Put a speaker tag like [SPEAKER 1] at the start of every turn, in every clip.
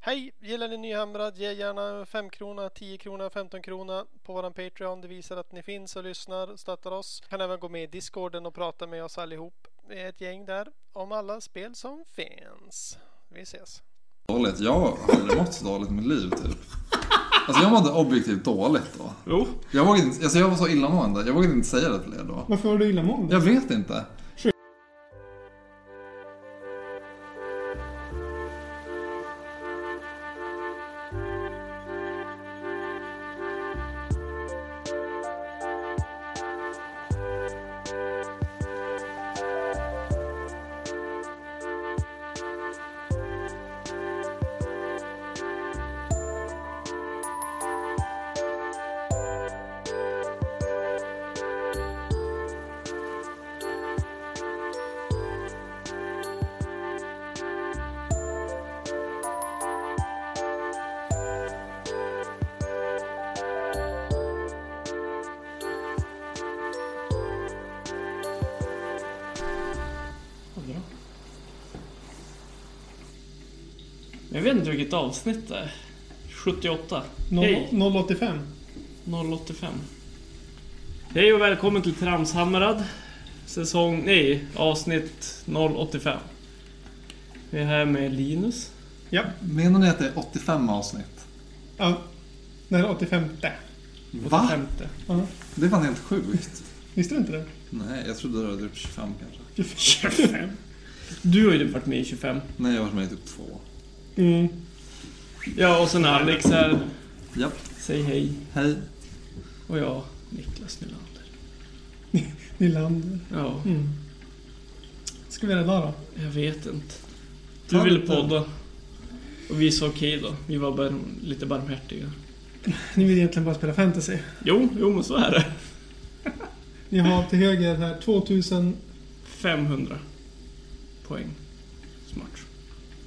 [SPEAKER 1] Hej! Gillar ni Nyhamrad? Ge gärna en 5 krona, 10 krona, 15 krona på våran Patreon. Det visar att ni finns och lyssnar och stöttar oss. Kan även gå med i Discorden och prata med oss allihop. Vi är ett gäng där om alla spel som finns. Vi ses!
[SPEAKER 2] Dåligt? Jag har aldrig mått så dåligt i mitt liv typ. Alltså jag mådde objektivt dåligt då.
[SPEAKER 3] Jo.
[SPEAKER 2] Jag, vågade inte, alltså jag var så illamående, jag vågade inte säga det till er då.
[SPEAKER 3] Varför var du illamående?
[SPEAKER 2] Jag vet inte.
[SPEAKER 4] Jag vet inte vilket avsnitt det är. 78. Hej!
[SPEAKER 3] 085.
[SPEAKER 4] 085. Hej och välkommen till Tramshamrad. Säsong... Nej, avsnitt 085. Vi är här med Linus.
[SPEAKER 3] Ja.
[SPEAKER 2] Menar ni att det är 85 avsnitt?
[SPEAKER 3] ja. Det här är 85.
[SPEAKER 2] Va?
[SPEAKER 4] Femte.
[SPEAKER 3] Ja.
[SPEAKER 2] Det är fan helt sjukt.
[SPEAKER 3] Visste du inte det?
[SPEAKER 2] Nej, jag trodde det var typ 25 kanske.
[SPEAKER 4] 25. Du har ju varit med i 25.
[SPEAKER 2] Nej, jag har varit med i typ två.
[SPEAKER 3] Mm.
[SPEAKER 4] Ja, och sen Alex här.
[SPEAKER 2] Japp,
[SPEAKER 4] Säg hej.
[SPEAKER 2] hej.
[SPEAKER 4] Och jag, Niklas Nylander.
[SPEAKER 3] Nylander.
[SPEAKER 4] Ja,
[SPEAKER 3] Mm. Ska vi göra idag då?
[SPEAKER 4] jag vet inte.
[SPEAKER 2] Ta
[SPEAKER 4] Du ville
[SPEAKER 2] lite.
[SPEAKER 4] podda. Och vi sa okej då. Vi var bara lite barmhärtiga.
[SPEAKER 3] Ni vill egentligen bara spela fantasy.
[SPEAKER 4] Jo, jo men så är det.
[SPEAKER 3] Ni har till höger här 2000.
[SPEAKER 4] 500 poäng. Smart.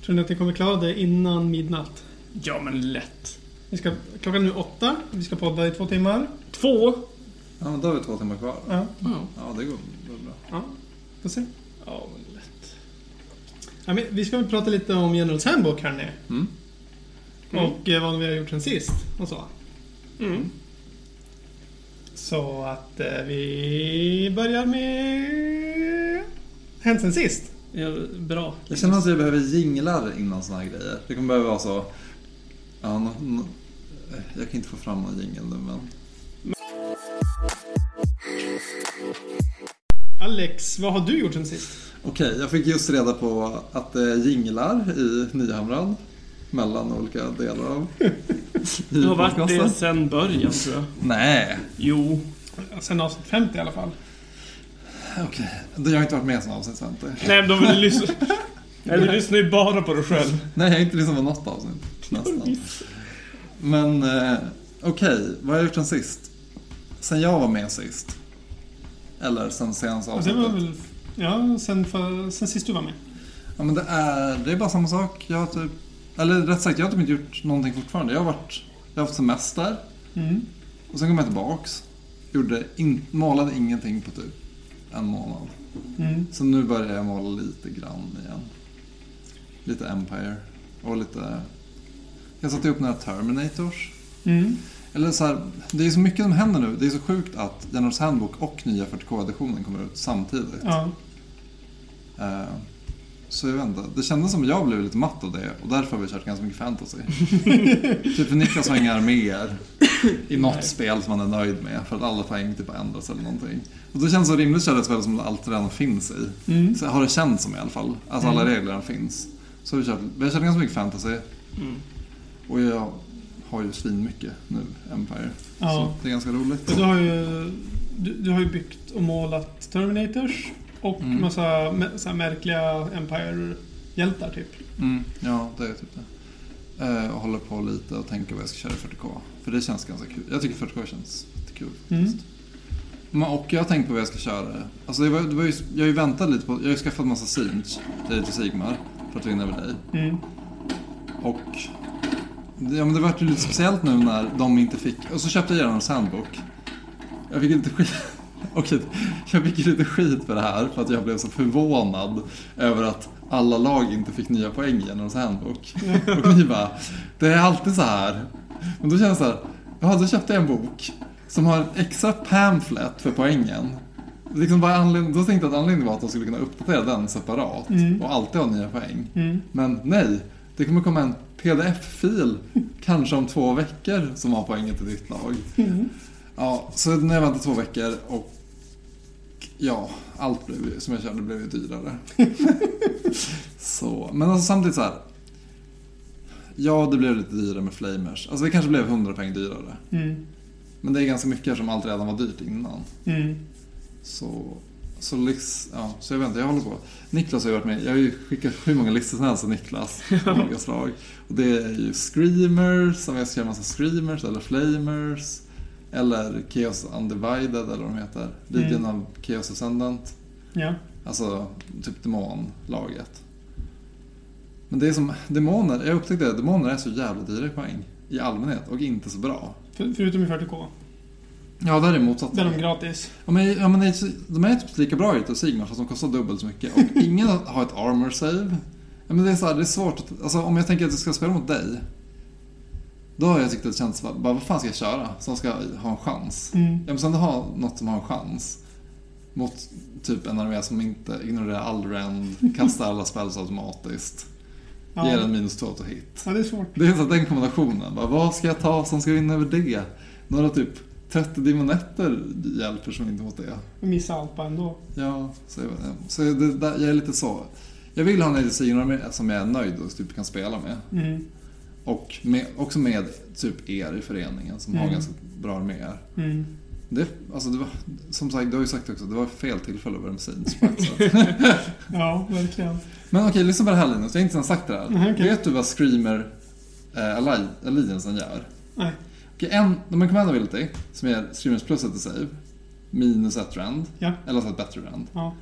[SPEAKER 3] Tror ni att ni kommer klara det innan midnatt?
[SPEAKER 4] Ja, men lätt.
[SPEAKER 3] Vi ska, klockan är nu åtta. Vi ska podda i två timmar.
[SPEAKER 4] Två.
[SPEAKER 2] Ja, men då har vi två timmar kvar.
[SPEAKER 3] Ja.
[SPEAKER 4] Ja,
[SPEAKER 2] Ja, det går, det går bra.
[SPEAKER 3] ja. Får se.
[SPEAKER 4] ja men lätt.
[SPEAKER 3] Ja, men vi ska väl prata lite om Generals Handbook hörni.
[SPEAKER 2] Mm.
[SPEAKER 3] Och eh, vad vi har gjort sen sist och så.
[SPEAKER 4] Mm.
[SPEAKER 3] Så att eh, vi börjar med... Hänt sen sist.
[SPEAKER 4] Ja, bra.
[SPEAKER 2] Jag känner att vi behöver jinglar innan såna här grejer. Det kommer behöva vara så... Ja, nå- nå- jag kan inte få fram någon jingel nu, men...
[SPEAKER 3] Alex, vad har du gjort sen sist?
[SPEAKER 2] Okej, jag fick just reda på att det jinglar i Nyhamrad. Mellan olika delar av...
[SPEAKER 4] Det har varit det sen början, tror jag.
[SPEAKER 2] Nej,
[SPEAKER 4] Jo.
[SPEAKER 3] Ja, Sen avsnitt 50 i alla fall.
[SPEAKER 2] okej. Jag har inte varit med i sådana avsnitt, Svante.
[SPEAKER 4] Nej, men de vill lyssna... Nej, du lyssnar ju bara på dig själv.
[SPEAKER 2] Nej, jag har inte lyssnat på något avsnitt. Nästan. Men eh, okej, vad har jag gjort sen sist? Sen jag var med sist? Eller sen senaste
[SPEAKER 3] Och sen var
[SPEAKER 2] avsnittet?
[SPEAKER 3] väl... Ja, sen, för, sen sist du var med.
[SPEAKER 2] Ja, men det är, det är bara samma sak. Jag har typ, eller rätt sagt, jag har typ inte gjort någonting fortfarande. Jag har, varit, jag har haft semester
[SPEAKER 3] Mm.
[SPEAKER 2] och sen kom jag tillbaks. Gjorde in, målade ingenting på typ en månad.
[SPEAKER 3] Mm.
[SPEAKER 2] Så nu börjar jag måla lite grann igen. Lite Empire och lite... Jag satte ihop några Terminators.
[SPEAKER 3] Mm.
[SPEAKER 2] Eller så här, det är så mycket som händer nu. Det är så sjukt att Generals Handbook och nya 40k-editionen kommer ut samtidigt.
[SPEAKER 3] Ja.
[SPEAKER 2] Eh, så jag vet inte. Det kändes som att jag blev lite matt av det och därför har vi kört ganska mycket fantasy. typ för Niklas har inga arméer i något spel som han är nöjd med för att alla poäng typ har ändrats eller någonting. Och då känns det så rimligt att köra ett spel som allt redan finns i.
[SPEAKER 3] Mm.
[SPEAKER 2] Så har det känts som i alla fall. Alltså alla regler redan finns. Så har vi kört, vi har kört ganska mycket fantasy
[SPEAKER 4] Mm.
[SPEAKER 2] och jag har ju svinmycket nu, Empire.
[SPEAKER 3] Ja.
[SPEAKER 2] Så det är ganska roligt.
[SPEAKER 3] Du har ju, du, du har ju byggt och målat Terminators och
[SPEAKER 2] Mm.
[SPEAKER 3] massa mä- så här märkliga Empire-hjältar typ.
[SPEAKER 2] Mm, ja, det är typ det. Eh, och håller på lite och tänker vad jag ska köra i 40K. För det känns ganska kul. Jag tycker 40K känns kul faktiskt. Men, och jag har tänkt på vad jag ska köra. Alltså det var, det var ju, jag har ju väntat lite på, jag har ju skaffat massa Siege till dig till Sigmar för att vinna över dig.
[SPEAKER 3] Mm.
[SPEAKER 2] Och ja, men det vart ju lite speciellt nu när de inte fick, och så köpte jag Gerhards handbok. Jag fick lite skit. Okej, jag fick ju lite skit för det här för att jag blev så förvånad över att alla lag inte fick nya poäng i Generals Handbook. Och ni bara, det är alltid så här. Men då känner jag så här, jaha, då köpte jag en bok som har en extra pamphlet för poängen. Liksom bara anled- då tänkte jag att anledningen var att de skulle kunna uppdatera den separat och alltid ha nya poäng. Men nej, det kommer komma en pdf-fil kanske om två veckor som har poängen till ditt lag. Ja, så nu har jag väntat två veckor och ja, allt blev, ju- som jag körde blev ju dyrare. så, men alltså samtidigt så här. Ja, det blev lite dyrare med flamers. Alltså det kanske blev 100 poäng dyrare.
[SPEAKER 3] Mm.
[SPEAKER 2] Men det är ganska mycket som allt redan var dyrt innan.
[SPEAKER 3] Mm.
[SPEAKER 2] Så, så, lix, ja, så jag vet inte, jag håller på. Niklas har ju varit med. Jag har ju skickat hur många listor som helst till Niklas. av olika slag. Och det är ju screamers, som jag ska göra en massa screamers eller flamers. Eller Chaos Undivided eller vad de heter. Legion av Chaos Ascendant.
[SPEAKER 3] Ja.
[SPEAKER 2] Alltså typ demonlaget. Men det är som demoner, jag upptäckte att demoner är så jävla dyra i poäng. I allmänhet och inte så bra.
[SPEAKER 3] För, förutom i 40K.
[SPEAKER 2] Ja, där är motsatsen.
[SPEAKER 3] Där är de gratis.
[SPEAKER 2] Ja, men, ja, men det är- de är typ lika bra ut och Sigma fast de kostar dubbelt så mycket. Och ingen har ett armor save. Ja, men det, är så här, det är svårt att, alltså, Om jag tänker att jag ska spela mot dig. Då har jag tyckt att det känns, bara, vad fan ska jag köra som ska ha en chans?
[SPEAKER 3] Mm.
[SPEAKER 2] Ja, men sen ha något som har en chans. Mot typ en armé som inte ignorerar all rend, kastar alla spells automatiskt, ger en
[SPEAKER 3] Ja.
[SPEAKER 2] minus två till hit.
[SPEAKER 3] ja, det är svårt.
[SPEAKER 2] Det är så att den kombinationen, bara, vad ska jag ta som ska vinna över det? Några typ 30 demonetter hjälper som inte mot det.
[SPEAKER 3] Jag missar allt bara ändå.
[SPEAKER 2] Ja, så, jag, så det, där, jag är lite så. Jag vill ha en Elisignum som jag är nöjd och typ kan spela med.
[SPEAKER 3] Mm.
[SPEAKER 2] Och med, också med typ er i föreningen som har
[SPEAKER 3] Mm.
[SPEAKER 2] ganska bra arméer.
[SPEAKER 3] Mm.
[SPEAKER 2] Det, alltså det var, som sagt, du har ju sagt också, det var fel tillfälle att börja med Saints på ett sätt.
[SPEAKER 3] Ja, verkligen.
[SPEAKER 2] Men okej, lyssna på det här Linus, jag har inte ens sagt det här.
[SPEAKER 3] Mhm, okej.
[SPEAKER 2] Vet du vad Screamer eh, Alli- Alliansen gör?
[SPEAKER 3] Nej.
[SPEAKER 2] Okej, en, de har en command ability som ger Screamers plus ett i save, minus ett rand,
[SPEAKER 3] Ja.
[SPEAKER 2] eller alltså ett bättre rand.
[SPEAKER 3] Ja.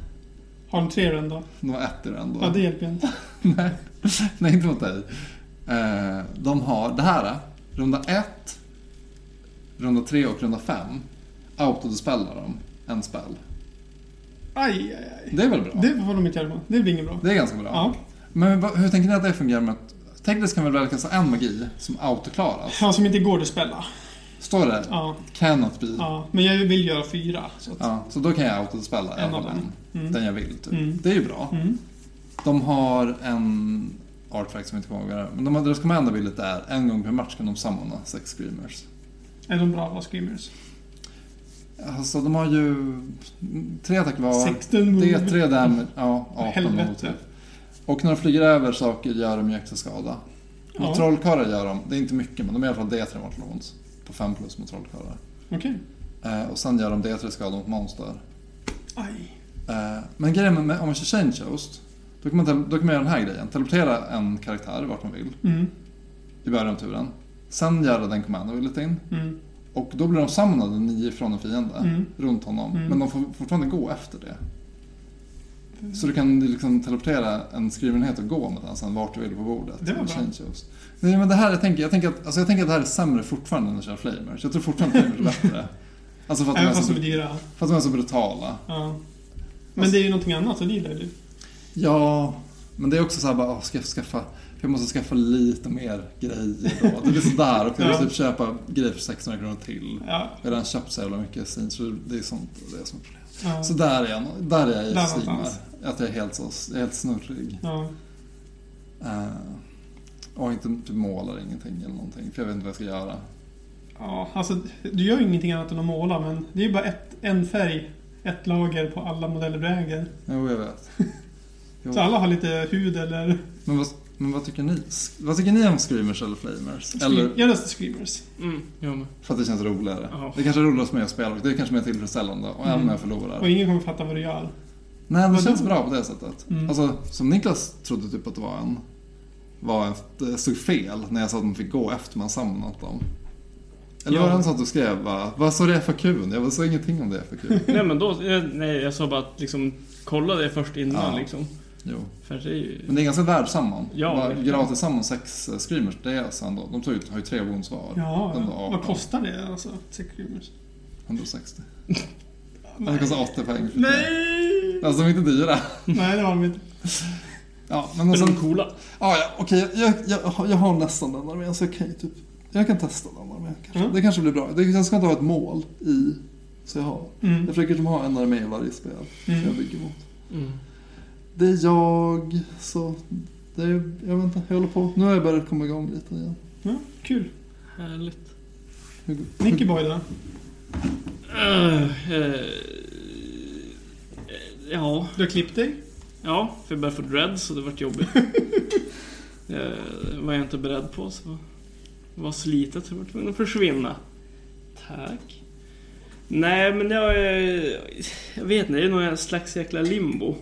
[SPEAKER 3] Har de tre rön då?
[SPEAKER 2] De har ett i rand då.
[SPEAKER 3] Ja, det hjälper ju inte.
[SPEAKER 2] Nej, nej inte mot dig. Eh, de har det här. eh, Runda 1, runda 3 och runda 5. Autodispellar de en spel.
[SPEAKER 3] Aj, aj, aj.
[SPEAKER 2] Det är väl bra? Det,
[SPEAKER 3] Det får de inte göra. med. Det blir inget bra.
[SPEAKER 2] är ganska bra.
[SPEAKER 3] Ja.
[SPEAKER 2] Men vad- hur tänker ni att det fungerar med att Tekniskt kan väl välja kasta en magi som autoklaras?
[SPEAKER 3] Han som Alltså, inte går att spela.
[SPEAKER 2] Står det
[SPEAKER 3] Ja,
[SPEAKER 2] cannot be?
[SPEAKER 3] ja. Men jag vill göra fyra. Så att...
[SPEAKER 2] Ja, så då kan jag autodispella i
[SPEAKER 3] En
[SPEAKER 2] alla
[SPEAKER 3] av
[SPEAKER 2] fall
[SPEAKER 3] dem.
[SPEAKER 2] en.
[SPEAKER 3] Mm.
[SPEAKER 2] Den jag vill typ.
[SPEAKER 3] Mm.
[SPEAKER 2] Det är ju bra.
[SPEAKER 3] Mm.
[SPEAKER 2] De har en artfact som jag inte kommer ihåg vad det är. Men de har, deras command ability är en gång per match kan de samordna sex screamers.
[SPEAKER 3] Är de bra alla screamers?
[SPEAKER 2] Alltså de har ju tre attacker var.
[SPEAKER 3] 16
[SPEAKER 2] Det
[SPEAKER 3] move.
[SPEAKER 2] är tre damage, ja 18
[SPEAKER 3] Mm. Helvete.
[SPEAKER 2] mot typ. Och när de flyger över saker gör de ju extra skada. Mot
[SPEAKER 3] Ja.
[SPEAKER 2] trollkarlar gör de, det är inte mycket men de är i alla fall D3 mortal wounds. På 5 plus mot trollkarlar.
[SPEAKER 3] Okej.
[SPEAKER 2] Eh, och sen gör de D3 skada mot monster.
[SPEAKER 3] Aj.
[SPEAKER 2] Eh, men grejen med, med om man kör change host. Då kan, man, tel- då kan man göra den här grejen. Teleportera en karaktär vart man vill
[SPEAKER 3] Mm.
[SPEAKER 2] i början av turen. Sen göra den command abilityn.
[SPEAKER 3] Mm.
[SPEAKER 2] Och då blir de samlade nio från en fiende
[SPEAKER 3] Mm.
[SPEAKER 2] runt honom.
[SPEAKER 3] Mm.
[SPEAKER 2] Men de får fortfarande gå efter det.
[SPEAKER 3] Mm.
[SPEAKER 2] Så du kan liksom teleportera en skrivenhet och gå med den sen vart du vill på bordet.
[SPEAKER 3] Det var
[SPEAKER 2] Med
[SPEAKER 3] bra.
[SPEAKER 2] changeos. Nej men det här, jag tänker, jag tänker, att, alltså jag tänker att det här är sämre fortfarande än att köra flamers. Jag tror fortfarande att flamers är bättre. Alltså för att, de är
[SPEAKER 3] Även
[SPEAKER 2] så,
[SPEAKER 3] fast de är dyra.
[SPEAKER 2] för att de är så brutala.
[SPEAKER 3] Ja. Men det är ju någonting annat och det gillar ju du.
[SPEAKER 2] Ja, men det är också så här bara, åh, ska jag skaffa, för jag måste skaffa lite mer grejer då. Det blir sådär och jag vill
[SPEAKER 3] Ja.
[SPEAKER 2] typ köpa grejer för 600 kronor till.
[SPEAKER 3] Ja.
[SPEAKER 2] Jag har redan köpt så jävla mycket scenes, så det är sånt det är som är problem.
[SPEAKER 3] ja.
[SPEAKER 2] Så där är jag, nog- där är jag
[SPEAKER 3] Där
[SPEAKER 2] i Sigmar.
[SPEAKER 3] någonstans.
[SPEAKER 2] Att jag är helt, så, helt snurrig.
[SPEAKER 3] ja.
[SPEAKER 2] Uh, och inte typ målar ingenting eller någonting, för jag vet inte vad jag ska göra.
[SPEAKER 3] Ja, alltså du gör ju ingenting annat än att måla men det är ju bara ett, en färg, ett lager på alla modeller du äger.
[SPEAKER 2] Jo, jag vet. Jo.
[SPEAKER 3] Så alla har lite hud eller...
[SPEAKER 2] Men vad, men vad tycker ni? Sk- Vad tycker ni om screamers eller flamers? Eller
[SPEAKER 3] Jag röstar Screamers.
[SPEAKER 4] Mm, jag med.
[SPEAKER 2] för att det känns roligare.
[SPEAKER 4] Ja.
[SPEAKER 2] Det kanske är roligare för mig att spela och det är kanske mer tillfredsställande. Och även om jag förlorar.
[SPEAKER 3] Och ingen kommer fatta vad du gör.
[SPEAKER 2] Nej, det
[SPEAKER 3] Vadå?
[SPEAKER 2] känns bra på det sättet.
[SPEAKER 3] Mm.
[SPEAKER 2] Alltså, som Niklas trodde typ att det var en... Var en det stod fel när jag sa att man fick gå efter man sammanat dem. Eller
[SPEAKER 4] Ja.
[SPEAKER 2] var det han som att du skrev bara, vad sa du i FAQ? Jag bara, sa ingenting om det i FAQ.
[SPEAKER 4] Nej men då, eh, nej jag sa bara att liksom kolla det först innan
[SPEAKER 2] Ja.
[SPEAKER 4] liksom.
[SPEAKER 2] jo.
[SPEAKER 4] För det är ju...
[SPEAKER 2] Men det är ganska värt samman.
[SPEAKER 4] Ja,
[SPEAKER 2] Bara
[SPEAKER 4] verkligen.
[SPEAKER 2] gratis samman sex eh, screamers, det är alltså ändå, de tar ju, har ju tre wounds var.
[SPEAKER 3] Ja,
[SPEAKER 2] Den var
[SPEAKER 3] vad
[SPEAKER 2] 18,
[SPEAKER 3] kostar det alltså? Sex Screamers?
[SPEAKER 2] 160. Det kostar 80 poäng.
[SPEAKER 3] Nej!
[SPEAKER 2] Alltså de är inte dyra.
[SPEAKER 3] Nej, det har de inte.
[SPEAKER 2] Ja, men
[SPEAKER 4] Men
[SPEAKER 2] och
[SPEAKER 4] de
[SPEAKER 2] sen,
[SPEAKER 4] är coola.
[SPEAKER 2] ah, ja, okej, jag, jag, jag, jag har nästan den armén så jag kan ju typ... Jag kan testa den armén kanske.
[SPEAKER 3] Mm.
[SPEAKER 2] Det kanske blir bra. Det, jag ska inte ha ett mål i... Så jag har...
[SPEAKER 3] Mm.
[SPEAKER 2] Jag försöker som ha en armé i varje spel
[SPEAKER 3] Mm.
[SPEAKER 2] jag bygger mot.
[SPEAKER 4] Mm.
[SPEAKER 2] Det är jag, så... Det är, jag vet inte, jag håller på. Nu har jag börjat komma igång lite igen.
[SPEAKER 3] Ja, kul.
[SPEAKER 4] Härligt.
[SPEAKER 2] Hur-
[SPEAKER 3] Nicky Boy då?
[SPEAKER 4] Eh, eh, ja,
[SPEAKER 3] Du har klippt dig?
[SPEAKER 4] ja, för jag började få dreads så det vart jobbigt. Det var jag inte beredd på så det var slitet så jag var tvungen att försvinna. Tack. Nej men jag, eh, jag vet inte, det är någon slags jäkla limbo.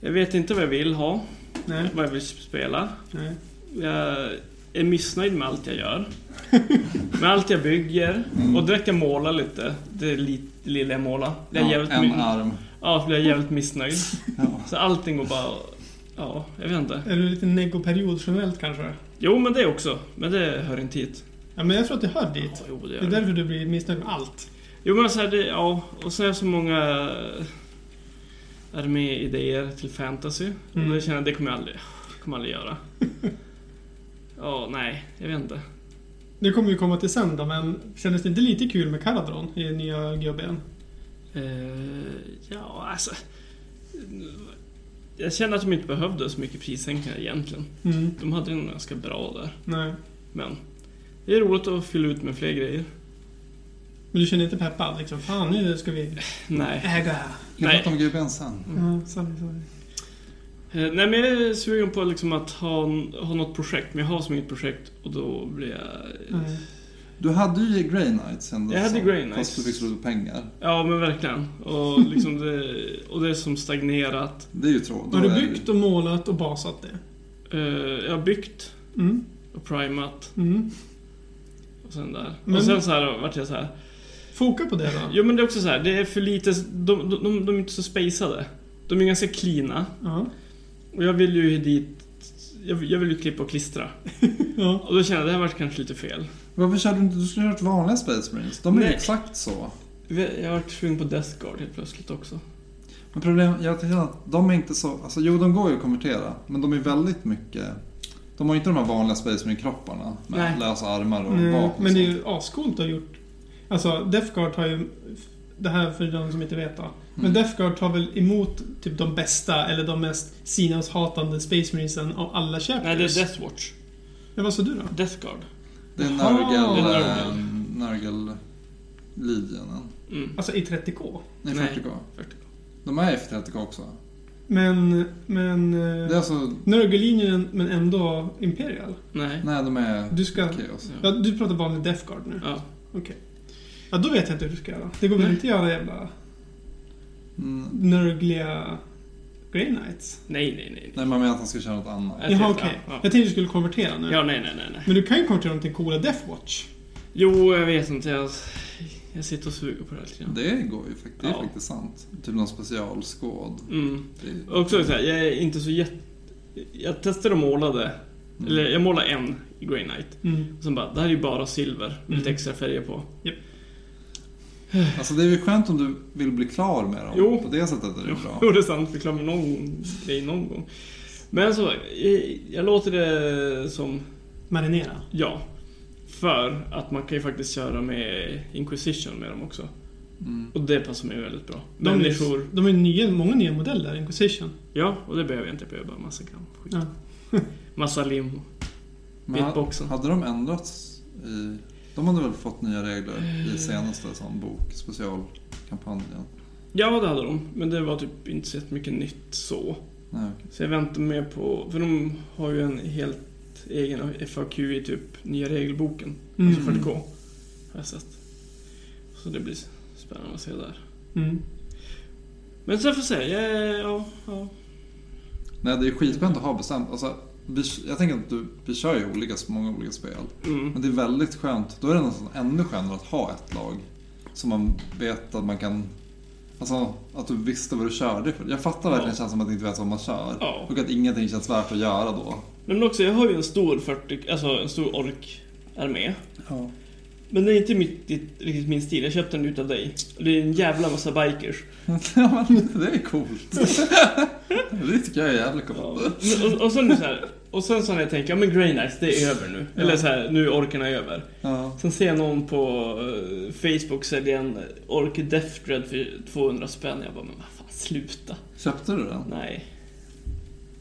[SPEAKER 4] Jag vet inte vad jag vill ha,
[SPEAKER 3] Nej.
[SPEAKER 4] vad jag vill spela.
[SPEAKER 3] Nej.
[SPEAKER 4] Jag Eh, är missnöjd med allt jag gör. med allt jag bygger.
[SPEAKER 3] Mm.
[SPEAKER 4] Och direkt jag målar lite, det är li- lilla jag målar. Jag är
[SPEAKER 2] Ja,
[SPEAKER 4] jävligt,
[SPEAKER 2] en
[SPEAKER 4] min-
[SPEAKER 2] arm.
[SPEAKER 4] ja, blir jag jävligt missnöjd.
[SPEAKER 2] Ja.
[SPEAKER 4] Så allting går bara... Ja, jag vet inte.
[SPEAKER 3] Är du lite negoperiod generellt kanske?
[SPEAKER 4] Jo, men det också. Men det hör inte hit.
[SPEAKER 3] Ja, men jag tror att det hör
[SPEAKER 4] Ja,
[SPEAKER 3] dit.
[SPEAKER 4] jo, det
[SPEAKER 3] Det
[SPEAKER 4] gör
[SPEAKER 3] är
[SPEAKER 4] det.
[SPEAKER 3] därför du blir missnöjd med allt.
[SPEAKER 4] Jo, men så här, det, ja. Och så är det så många arméidéer till fantasy.
[SPEAKER 3] Mm.
[SPEAKER 4] Och det känner jag, det kommer jag aldrig, kommer jag aldrig göra. Ja, nej. Jag vet inte.
[SPEAKER 3] Det kommer vi komma till sen då, men kändes det inte lite kul med Caradron i nya GBn?
[SPEAKER 4] Eh, ja, alltså... Jag känner att de inte behövde så mycket prissänkningar egentligen.
[SPEAKER 3] Mm.
[SPEAKER 4] De hade en ganska bra där.
[SPEAKER 3] Nej.
[SPEAKER 4] Men det är roligt att fylla ut med fler grejer.
[SPEAKER 3] Men du känner inte peppad liksom? Fan, nu ska vi
[SPEAKER 4] Nej.
[SPEAKER 3] äga.
[SPEAKER 2] Kan
[SPEAKER 4] Nej.
[SPEAKER 2] prata om GBn sen?
[SPEAKER 3] Ja, sorry, sorry.
[SPEAKER 4] Eh, nej, men jag är sugen på liksom att ha, ha något projekt, men jag har som inget projekt och då blir jag...
[SPEAKER 3] Nej.
[SPEAKER 2] Du hade ju Grey Knights kändes
[SPEAKER 4] Jag hade
[SPEAKER 2] som,
[SPEAKER 4] Grey Knights.
[SPEAKER 2] Fast du fick slut på pengar.
[SPEAKER 4] Ja, men verkligen. Och, liksom det, och det är som stagnerat.
[SPEAKER 2] Det är ju tråkigt.
[SPEAKER 3] Har
[SPEAKER 2] Då
[SPEAKER 3] du
[SPEAKER 2] är det ju-
[SPEAKER 3] byggt och målat och basat det?
[SPEAKER 4] Eh, jag har byggt
[SPEAKER 3] Mm.
[SPEAKER 4] och primat
[SPEAKER 3] Mm.
[SPEAKER 4] och sen där.
[SPEAKER 3] Men-
[SPEAKER 4] Och sen så här vart jag så här.
[SPEAKER 3] Foka på det då.
[SPEAKER 4] Jo men det är också så här, det är för lite, de, de, de, de är inte så spacade. De är ganska cleana.
[SPEAKER 3] Ja.
[SPEAKER 4] Och jag vill ju dit, jag, vill- jag vill ju klippa och klistra.
[SPEAKER 3] ja.
[SPEAKER 4] Och då kände jag, det här varit kanske lite fel.
[SPEAKER 2] Varför körde du inte? Du skulle ha kört vanliga Space Marines. De är ju
[SPEAKER 4] Nej.
[SPEAKER 2] exakt så.
[SPEAKER 4] Jag har varit sugen på Death Guard helt plötsligt också.
[SPEAKER 2] Men problemet, jag tycker att de är inte så... Alltså jo, de går ju att konvertera. Men de är väldigt mycket... De har ju inte de här vanliga Space Marine-kropparna. Med
[SPEAKER 4] Nej.
[SPEAKER 2] lösa armar och
[SPEAKER 3] Nej,
[SPEAKER 2] vapen.
[SPEAKER 3] Eh, men det är
[SPEAKER 2] och sånt.
[SPEAKER 3] ju ascoolt att ha gjort... Alltså, Death Guard har ju... Det här för de som inte vet då. Men
[SPEAKER 2] Mm.
[SPEAKER 3] Death Guard tar väl emot typ de bästa eller de mest Sinus-hatande Space Marinesen av alla Chapters?
[SPEAKER 4] Nej, det är Death Watch.
[SPEAKER 3] Men vad sa du då?
[SPEAKER 4] Death Guard.
[SPEAKER 2] Det är
[SPEAKER 3] Jaha.
[SPEAKER 2] Nurgle...
[SPEAKER 4] Det är
[SPEAKER 2] eh, Nurgle... Lidionen.
[SPEAKER 4] Mm.
[SPEAKER 3] Alltså i 30K?
[SPEAKER 2] Nej,
[SPEAKER 4] Nej.
[SPEAKER 2] 40K.
[SPEAKER 4] vertical.
[SPEAKER 2] De är F30K också.
[SPEAKER 3] Men... Men...
[SPEAKER 2] Det är alltså...
[SPEAKER 3] Nurgle-linjen men ändå Imperial?
[SPEAKER 4] Nej.
[SPEAKER 2] Nej, de är
[SPEAKER 3] Du ska...
[SPEAKER 2] Chaos.
[SPEAKER 3] Ja, du pratar bara om Death Guard nu?
[SPEAKER 4] Ja.
[SPEAKER 3] Ja, då vet jag inte hur du ska göra. Det går väl
[SPEAKER 4] Nej.
[SPEAKER 3] inte att göra jävla
[SPEAKER 2] Mm.
[SPEAKER 3] nörgliga Grey Knights?
[SPEAKER 4] Nej, nej, nej. nej.
[SPEAKER 2] Nej, man menar att han ska köra något annat.
[SPEAKER 4] Jag
[SPEAKER 3] Jaha,
[SPEAKER 4] tänkte-
[SPEAKER 3] okej.
[SPEAKER 4] ja, ja.
[SPEAKER 3] Jag tänkte du skulle konvertera nu.
[SPEAKER 4] Ja, nej, nej, nej, nej.
[SPEAKER 3] Men du kan ju konvertera dem till coola Death Watch.
[SPEAKER 4] Jo, jag vet inte. Jag, jag sitter och suger på det här lite grann.
[SPEAKER 2] Det går ju faktiskt. Det är
[SPEAKER 4] Ja.
[SPEAKER 2] faktiskt sant. Typ någon specialskåd.
[SPEAKER 4] Mm.
[SPEAKER 2] Det är-
[SPEAKER 4] Och Också så här, jag är inte så jätte... Jag testade och målade.
[SPEAKER 2] Mm.
[SPEAKER 4] Eller jag målade en i Grey Knight.
[SPEAKER 3] Mm.
[SPEAKER 4] Sen bara, det här är ju bara silver med lite
[SPEAKER 3] Mm.
[SPEAKER 4] extra färger på.
[SPEAKER 2] Alltså det är ju skönt om du vill bli klar med dem.
[SPEAKER 4] Jo.
[SPEAKER 2] På det sättet är det bra.
[SPEAKER 4] Jo, det är sant. Förklara mig någon grej någon gång. Men så, eh, jag låter det som
[SPEAKER 3] Marinera.
[SPEAKER 4] ja. För att man kan ju faktiskt köra med Inquisition med dem också.
[SPEAKER 2] Mm.
[SPEAKER 4] Och det passar mig väldigt bra.
[SPEAKER 3] De är-
[SPEAKER 4] Människor.
[SPEAKER 3] De är nya, många nya modeller, Inquisition.
[SPEAKER 4] Ja, och det behöver jag inte. Jag behöver bara massa gram skit.
[SPEAKER 3] Ja.
[SPEAKER 4] Massa lim.
[SPEAKER 2] Men ha-
[SPEAKER 4] Bitboxen.
[SPEAKER 2] hade de ändrats i... De hade väl fått nya regler
[SPEAKER 4] Eh.
[SPEAKER 2] i senaste sån bok, specialkampanjen?
[SPEAKER 4] Ja, det hade de. Men det var typ inte så mycket nytt så.
[SPEAKER 2] Nej, okej.
[SPEAKER 4] Så jag väntar mer på... För de har ju en helt egen FAQ i typ nya regelboken.
[SPEAKER 3] Mm.
[SPEAKER 4] Alltså 40K. Har jag sett. Så det blir spännande att se där.
[SPEAKER 3] Mm.
[SPEAKER 4] Men sen får jag säga, ja, ja, ja.
[SPEAKER 2] Nej, det är skitskönt att ha bestämt. Alltså, vi, jag tänker att du, vi kör ju olika, många olika spel.
[SPEAKER 4] Mm.
[SPEAKER 2] Men det är väldigt skönt. Då är det nästan ännu skönare att ha ett lag. Som man vet att man kan... Alltså att du visste vad du körde för. Jag fattar verkligen
[SPEAKER 4] Ja.
[SPEAKER 2] känslan av att inte vet vad man kör.
[SPEAKER 4] Ja.
[SPEAKER 2] Och att ingenting känns värt att göra då.
[SPEAKER 4] Men också, jag har ju en stor 40... Alltså en stor ork-armé. Men det är inte mitt, ditt, riktigt min stil. Jag köpte den utav dig. Och det är en jävla massa bikers.
[SPEAKER 2] ja, men det är coolt. det tycker jag är jävligt coolt.
[SPEAKER 4] Ja. Men- Och, och sen så här, och sen så när jag tänker, ja men Grey Nights, det är över nu. Eller så här, nu är orkerna över.
[SPEAKER 2] Ja.
[SPEAKER 4] Sen ser jag någon på eh, Facebook sälja en Ork Death Dread för 200 spänn. Jag bara, men vad fan, sluta.
[SPEAKER 2] Köpte du den?
[SPEAKER 4] Nej.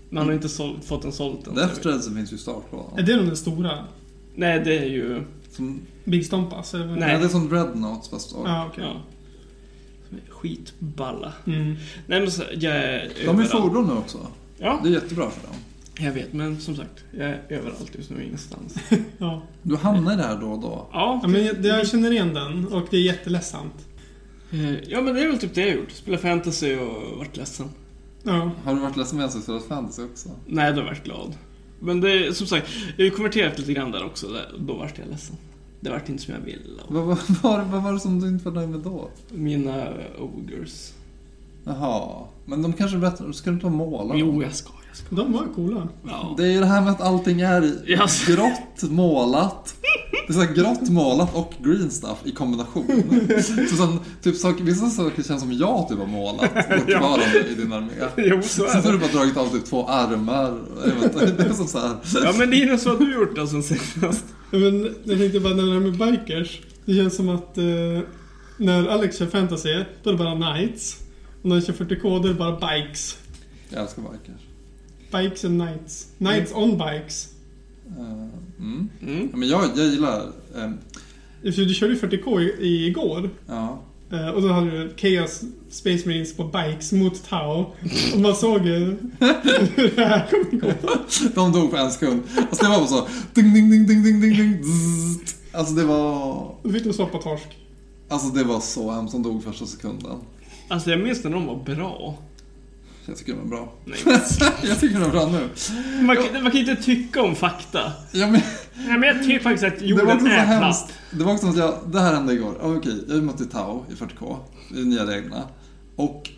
[SPEAKER 4] Man
[SPEAKER 3] Mm.
[SPEAKER 4] har inte sålt, fått den såld än.
[SPEAKER 2] Death Dread så finns ju Stark på.
[SPEAKER 3] Är det nog den stora?
[SPEAKER 4] Nej, det är ju...
[SPEAKER 2] Som,
[SPEAKER 3] Big Stompas? eller?
[SPEAKER 4] Nej.
[SPEAKER 2] ja, det är som Dreadnoughts fast Stark.
[SPEAKER 3] Ja, okej.
[SPEAKER 4] Ja. Som är Skitballa.
[SPEAKER 3] Mm.
[SPEAKER 4] Nej men så, jag är
[SPEAKER 2] De är
[SPEAKER 4] överallt.
[SPEAKER 2] fordon nu också.
[SPEAKER 4] Ja,
[SPEAKER 2] Det är jättebra för dem.
[SPEAKER 4] jag vet. Men som sagt, jag är överallt just nu, ingenstans.
[SPEAKER 3] Ja.
[SPEAKER 2] Du hamnar i det här då och då.
[SPEAKER 4] Ja,
[SPEAKER 3] Ja, men jag, jag känner igen den och det är jätteledsamt.
[SPEAKER 4] Eh, Ja men det är väl typ det jag gjort. Spelat fantasy och varit ledsen.
[SPEAKER 3] Ja.
[SPEAKER 2] Har du varit ledsen med Ancestral Fantasy också?
[SPEAKER 4] Nej, då har jag varit glad. Men det är som sagt, jag har ju konverterat lite grann där också. Där, då vart jag ledsen. Det vart inte som jag ville. Och
[SPEAKER 2] Vad, vad, vad, var det- vad var det som du inte var nöjd med då?
[SPEAKER 4] Mina eh, ogers. Jaha.
[SPEAKER 2] Jaha. Men de kanske är bättre. Ska du inte måla
[SPEAKER 4] Jo,
[SPEAKER 2] dem?
[SPEAKER 4] jag ska. Jag ska.
[SPEAKER 3] De var coola.
[SPEAKER 4] Ja.
[SPEAKER 2] Det är ju det här med att allting är
[SPEAKER 4] Yes.
[SPEAKER 2] grått målat. Det är så här grått målat och green stuff i kombination. Så sen, typ saker, vissa saker känns som jag typ har målat fortfarande i din armé.
[SPEAKER 4] Jo, så
[SPEAKER 2] Sen har
[SPEAKER 4] är
[SPEAKER 2] du
[SPEAKER 4] det.
[SPEAKER 2] bara dragit av typ två armar. Jag vet inte, Det är som så här.
[SPEAKER 4] Ja men Linus, vad har du gjort då sen senast?
[SPEAKER 3] Ja, Men jag tänkte bara när det här med bikers. Det känns som att eh, när Alex kör fantasy, då är det bara knights. Och när han kör 40k, då är det bara bikes.
[SPEAKER 2] Jag älskar bikers.
[SPEAKER 3] Bikes and knights. Knights on bikes.
[SPEAKER 2] Eh, Mm.
[SPEAKER 4] Mm.
[SPEAKER 2] Ja, Men jag, jag gillar... ehm,
[SPEAKER 3] För Du körde ju 40k i, i, igår.
[SPEAKER 2] ja.
[SPEAKER 3] Eh, och då hade du Chaos Space Marines på bikes mot Tau. Och man såg ju hur det här kommer gå.
[SPEAKER 2] De dog på en sekund. Alltså det var bara så... Ding, ding, ding, ding, ding, ding, ding. zzzt. Alltså det var...
[SPEAKER 3] Då fick de stoppa torsk.
[SPEAKER 2] Alltså det var så hemskt. De dog första sekunden.
[SPEAKER 4] Alltså jag minns när de var bra.
[SPEAKER 2] Jag tycker de är bra.
[SPEAKER 4] Nej,
[SPEAKER 2] jag tycker de är bra nu.
[SPEAKER 4] Man, kan- man kan inte tycka om fakta. Mm.
[SPEAKER 2] Ja, men,
[SPEAKER 4] Nej men jag tycker faktiskt att
[SPEAKER 2] det var också
[SPEAKER 4] jorden
[SPEAKER 2] så
[SPEAKER 4] är
[SPEAKER 2] hemskt.
[SPEAKER 4] platt.
[SPEAKER 2] Det var också att jag... Det här hände igår. Ja, Okej, jag mötte Tau i 40K. I de nya reglerna. Och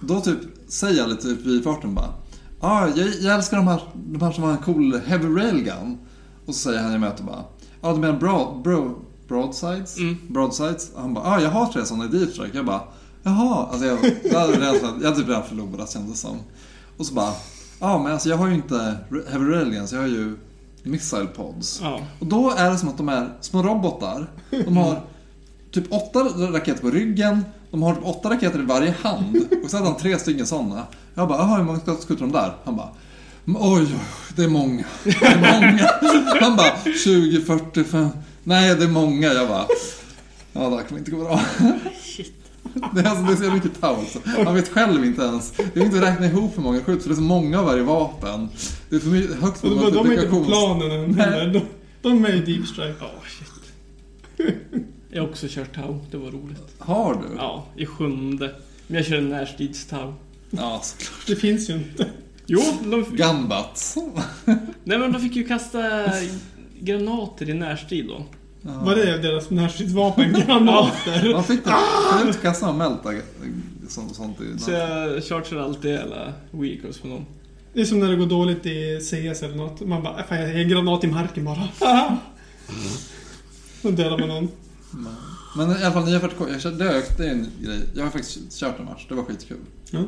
[SPEAKER 2] då typ säger jag lite typ i farten bara... Ja, ah, jag, jag älskar de här, de här som har en cool heavy railgun. Och så säger han i mötet bara... Ja, ah, du menar broad, bro, broadsides?
[SPEAKER 4] Mm.
[SPEAKER 2] Broadsides? Och han bara, ah, jag har tre sådana i deep strike. Jag bara, jaha. Alltså jag, jag, hade redan, jag hade typ redan förlorat kändes det som. Och så bara, ja ah, men alltså jag har ju inte heavy railguns, jag har ju missile pods.
[SPEAKER 4] Ja.
[SPEAKER 2] Och då är det som att de är små robotar. De har typ åtta raketer på ryggen. De har typ åtta raketer i varje hand. Och så hade han tre stycken sådana. Jag bara, jaha hur många skott skjuter de där? Han bara, "Mm, oj, det är många. Det är många. Han bara, 20, 40, 50. Nej, det är många. Jag bara, ja det här kommer inte gå bra. Det är, alltså, det är så jävla mycket taus. Han vet själv inte ens. Det går inte att räkna ihop hur många skjuts, för det är så många av varje vapen. Det är för mycket, högt
[SPEAKER 3] Och då, de är inte på
[SPEAKER 2] multiplikations-
[SPEAKER 3] planen än heller. De, de är i deep strike.
[SPEAKER 4] Ja, shit. Jag har också kört tau, det var roligt.
[SPEAKER 2] Har du?
[SPEAKER 4] Ja, i sjunde. Men jag körde närstridstau.
[SPEAKER 2] Ja, såklart.
[SPEAKER 3] Det finns ju inte.
[SPEAKER 4] Jo, de,
[SPEAKER 2] Gumbats.
[SPEAKER 4] nej men de fick ju kasta granater i närstrid då.
[SPEAKER 3] Vad är deras närstridsvapen? Granater?
[SPEAKER 2] Man fick det. Kan du inte kasta en melta sånt, sånt i
[SPEAKER 4] Så jag chargear alltid hela weekos med dem.
[SPEAKER 3] Det är som när det går dåligt i CS eller något. Man bara, "Äh, fan jag ger en granat i marken bara. Då dödar man någon.
[SPEAKER 2] Men i alla fall 940k, jag körde, det, har jag- det är en grej. Jag har faktiskt kört en match, det var skitkul.
[SPEAKER 3] Ja.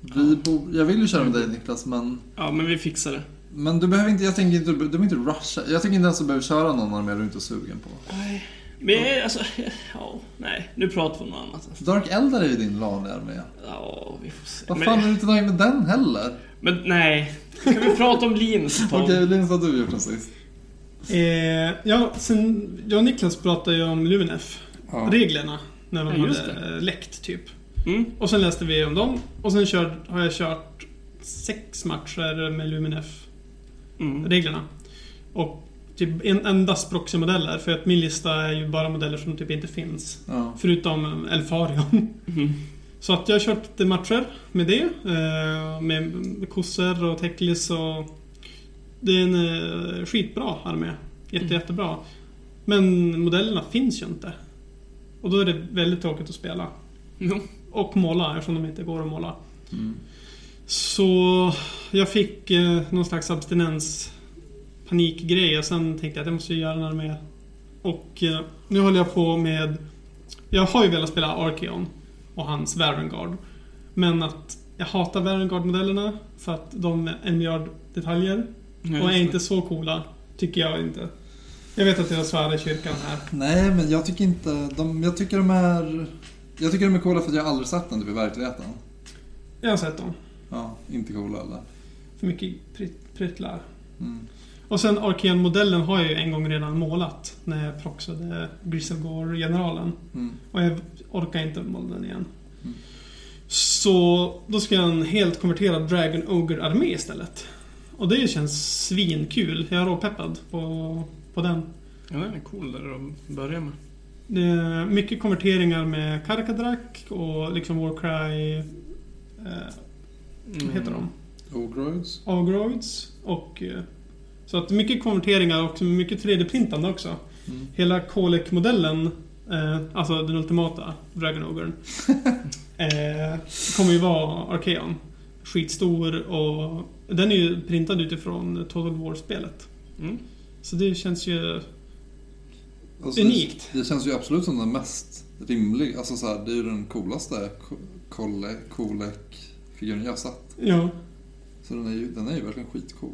[SPEAKER 2] Vi bor, jag vill ju köra med dig Niklas, men,
[SPEAKER 4] Ja, men vi fixar det.
[SPEAKER 2] men du behöver inte, jag tänker inte, du behöver inte rusha. Jag tänker inte ens att du behöver köra någon armé du inte är sugen på.
[SPEAKER 4] Men jag- alltså, ja, nej. Nu pratar vi om något annat.
[SPEAKER 2] Dark Eldar är ju din vanliga armé.
[SPEAKER 4] Ja, vi får se.
[SPEAKER 2] Vad fan är
[SPEAKER 4] Men,
[SPEAKER 2] du inte nöjd med den heller?
[SPEAKER 4] men nej. Kan vi prata om Linus ett tag?
[SPEAKER 2] Okej, Linus, vad har du gjort sen sist?
[SPEAKER 3] Eh, ja, sen, jag och Niklas pratade ju om Luminef. Reglerna. När de
[SPEAKER 4] Ja, just
[SPEAKER 3] hade eh, läckt typ.
[SPEAKER 4] Mm.
[SPEAKER 3] Och sen läste vi om dem. Och sen kör, har jag kört sex matcher med Luminef.
[SPEAKER 4] Mm.
[SPEAKER 3] reglerna. Och typ en, endast proxymodeller, för att min lista är ju bara modeller som typ inte finns.
[SPEAKER 2] Ja.
[SPEAKER 3] Förutom Elfarion.
[SPEAKER 4] Mhm.
[SPEAKER 3] Så att jag har kört lite matcher med det. eh, Med kossor och Teklis och... Det är en eh, skitbra armé. Jätte,
[SPEAKER 4] Mm.
[SPEAKER 3] jättebra. Men modellerna finns ju inte. Och då är det väldigt tråkigt att spela.
[SPEAKER 4] Jo.
[SPEAKER 3] Och måla, eftersom de inte går att måla.
[SPEAKER 2] Mm.
[SPEAKER 3] Så jag fick eh, någon slags abstinens panikgrej och sen tänkte jag att jag måste ju göra en armé Och eh, nu håller jag på med... Jag har ju velat spela Archeon och hans Varengard. Men att jag hatar Varengard-modellerna för att de är en miljard detaljer.
[SPEAKER 4] Ja,
[SPEAKER 3] och är
[SPEAKER 4] just
[SPEAKER 3] inte så coola, tycker jag inte. Jag vet att det är svär i kyrkan här.
[SPEAKER 2] Nej, men jag tycker inte... De, jag tycker de är... Jag tycker de är coola för att jag aldrig sett den typ i verkligheten.
[SPEAKER 3] Jag har sett dem.
[SPEAKER 2] Ja, inte coola eller?
[SPEAKER 3] För mycket prytt- pryttlar.
[SPEAKER 2] Mm.
[SPEAKER 3] Och sen Arkeon-modellen har jag ju en gång redan målat när jag proxade Griselgore-generalen.
[SPEAKER 2] Mm.
[SPEAKER 3] Och jag orkar inte måla den igen.
[SPEAKER 2] Mm.
[SPEAKER 3] Så då ska jag ha en helt konverterad Dragon Ogre-armé istället. Och det känns svinkul. Jag är råpeppad på, på den.
[SPEAKER 4] Ja, den är cool där att börja med.
[SPEAKER 3] Det är mycket konverteringar med Karkadrak och liksom Warcry... Eh,
[SPEAKER 4] Mm.
[SPEAKER 3] vad heter de?
[SPEAKER 2] Ogroids?
[SPEAKER 3] Agroids. Och, eh, så att mycket konverteringar och mycket 3D-printande också.
[SPEAKER 2] Mm.
[SPEAKER 3] Hela Kolek-modellen, eh, alltså den ultimata Dragon Ogren, eh, kommer ju vara Archeon. Skitstor och den är ju printad utifrån Total War-spelet.
[SPEAKER 4] Mm.
[SPEAKER 3] Så det känns ju...
[SPEAKER 2] Alltså,
[SPEAKER 3] Unikt.
[SPEAKER 2] Det, det känns ju absolut som den mest rimliga. Alltså så här, det är ju den coolaste Kolek-figuren jag har sett.
[SPEAKER 3] Ja,
[SPEAKER 2] Så den är ju, den är ju verkligen skitcool.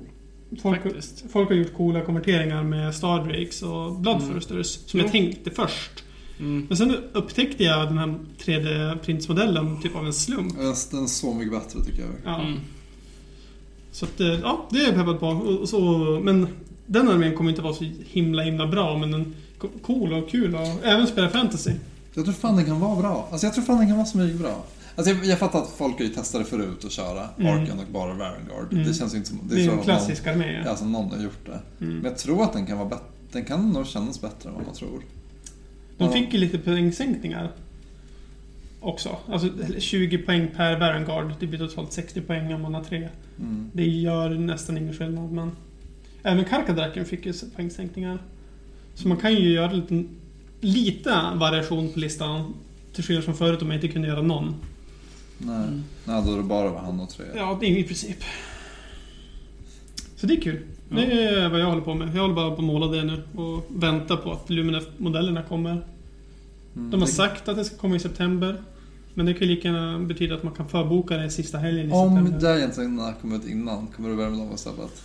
[SPEAKER 3] folk,
[SPEAKER 4] Faktiskt.
[SPEAKER 3] folk har gjort coola konverteringar med Stardrakes och Bloodthirsters som jag
[SPEAKER 4] Jo.
[SPEAKER 3] tänkte först.
[SPEAKER 4] Mm.
[SPEAKER 3] Men sen upptäckte jag den här 3D-printsmodellen typ av en slump.
[SPEAKER 2] Den är- den är så mycket bättre tycker jag.
[SPEAKER 3] Ja.
[SPEAKER 4] Mm.
[SPEAKER 3] Så att, eh, ja, det är jag peppad på. Och- och Så, men den armén kommer inte vara så himla himla bra, men den ko- cool och kul och även spela fantasy.
[SPEAKER 2] Jag tror fan den kan vara bra. Alltså jag tror fan den kan vara smygbra. Alltså jag, jag fattar att folk har ju testat det förut att köra
[SPEAKER 3] Mm.
[SPEAKER 2] Arkan och bara Varengard.
[SPEAKER 3] Mm.
[SPEAKER 2] Det känns ju inte som...
[SPEAKER 3] Det är ju
[SPEAKER 2] tror
[SPEAKER 3] en
[SPEAKER 2] jag
[SPEAKER 3] klassisk armé.
[SPEAKER 2] Någon, ja, som någon har gjort det.
[SPEAKER 3] Mm.
[SPEAKER 2] Men jag tror att den kan vara bättre. Den kan nog kännas bättre än vad man tror.
[SPEAKER 3] De fick ju lite poängsänkningar också. Alltså 20 poäng per Varengard. Det blir totalt 60 poäng om man har tre.
[SPEAKER 2] Mm.
[SPEAKER 3] Det gör nästan ingen skillnad, men... Även Karkadraken fick ju poängsänkningar. Så man kan ju göra lite, lite variation på listan. Till skillnad från förut om man inte kunde göra någon.
[SPEAKER 2] Nej.
[SPEAKER 4] Mm.
[SPEAKER 2] Nej, då är det bara var han och tre.
[SPEAKER 3] Ja, det är i princip. Så det är kul.
[SPEAKER 4] Ja.
[SPEAKER 3] Det är vad jag håller på med. Jag håller bara på att måla det nu och väntar på att Luminef-modellerna kommer.
[SPEAKER 2] Mm.
[SPEAKER 3] De har sagt att det ska komma i september. Men det kan ju lika gärna betyda att man kan förboka det sista helgen i
[SPEAKER 2] Om
[SPEAKER 3] september.
[SPEAKER 2] Giantsarna kommer ut innan, kommer du börja med dem istället?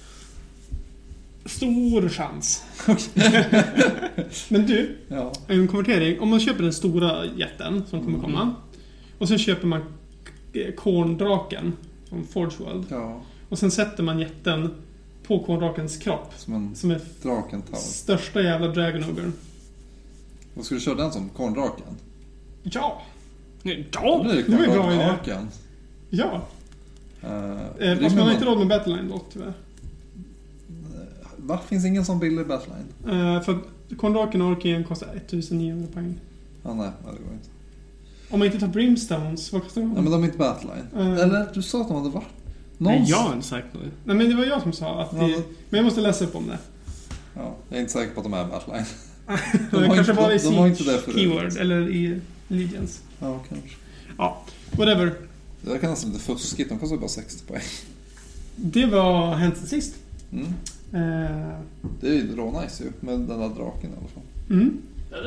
[SPEAKER 3] Stor chans. men du,
[SPEAKER 2] Ja.
[SPEAKER 3] en konvertering. Om man köper den stora jätten som kommer
[SPEAKER 2] Mm.
[SPEAKER 3] komma. Och sen köper man eh, korndraken från Forge World.
[SPEAKER 2] Ja,
[SPEAKER 3] Och sen sätter man jätten på korndrakens kropp.
[SPEAKER 2] som en
[SPEAKER 3] Som är
[SPEAKER 2] drakentau.
[SPEAKER 3] Största jävla Dragon Ogre.
[SPEAKER 2] Vad ska du köra den som? Korndraken?
[SPEAKER 3] Ja!
[SPEAKER 4] Nej,
[SPEAKER 2] Då
[SPEAKER 4] Ja!
[SPEAKER 2] blir
[SPEAKER 3] det var ju bra idé.
[SPEAKER 2] Korndraken.
[SPEAKER 3] Ja!
[SPEAKER 2] Uh,
[SPEAKER 3] Eh, fast man har inte råd med Battleline då, tyvärr.
[SPEAKER 2] Eh, Va? Finns ingen sån billig battline?
[SPEAKER 3] Eh, för att Kondraken och Orkien kostar 1900 poäng.
[SPEAKER 2] Ja, Ah, nej, nej, det går inte.
[SPEAKER 3] Mm. Om man inte tar Brimstones, vad kostar de?
[SPEAKER 2] Nej, men de är inte battline.
[SPEAKER 3] Mm.
[SPEAKER 2] Eller du sa att de hade varit...
[SPEAKER 4] Nej,
[SPEAKER 2] Någon...
[SPEAKER 4] jag har inte sagt något.
[SPEAKER 3] Nej men det var jag som sa att
[SPEAKER 2] Ja,
[SPEAKER 3] det...
[SPEAKER 2] men-
[SPEAKER 3] Men jag måste läsa upp om det.
[SPEAKER 2] Ja, jag är inte säker på att de är battline.
[SPEAKER 3] De
[SPEAKER 2] har
[SPEAKER 3] kanske
[SPEAKER 2] inte-
[SPEAKER 3] var i
[SPEAKER 2] de- de har inte det
[SPEAKER 3] Siege
[SPEAKER 2] förut.
[SPEAKER 3] Keyword eller i Legions.
[SPEAKER 2] Ja, kanske.
[SPEAKER 3] Ja, whatever.
[SPEAKER 2] Det där kan nästan lite fuskigt. De kostar bara 60 poäng.
[SPEAKER 3] Det var hänt sen sist.
[SPEAKER 2] Mm.
[SPEAKER 3] Eh,
[SPEAKER 2] Det är ju rånice ju, med den där draken i alla fall.
[SPEAKER 3] mm.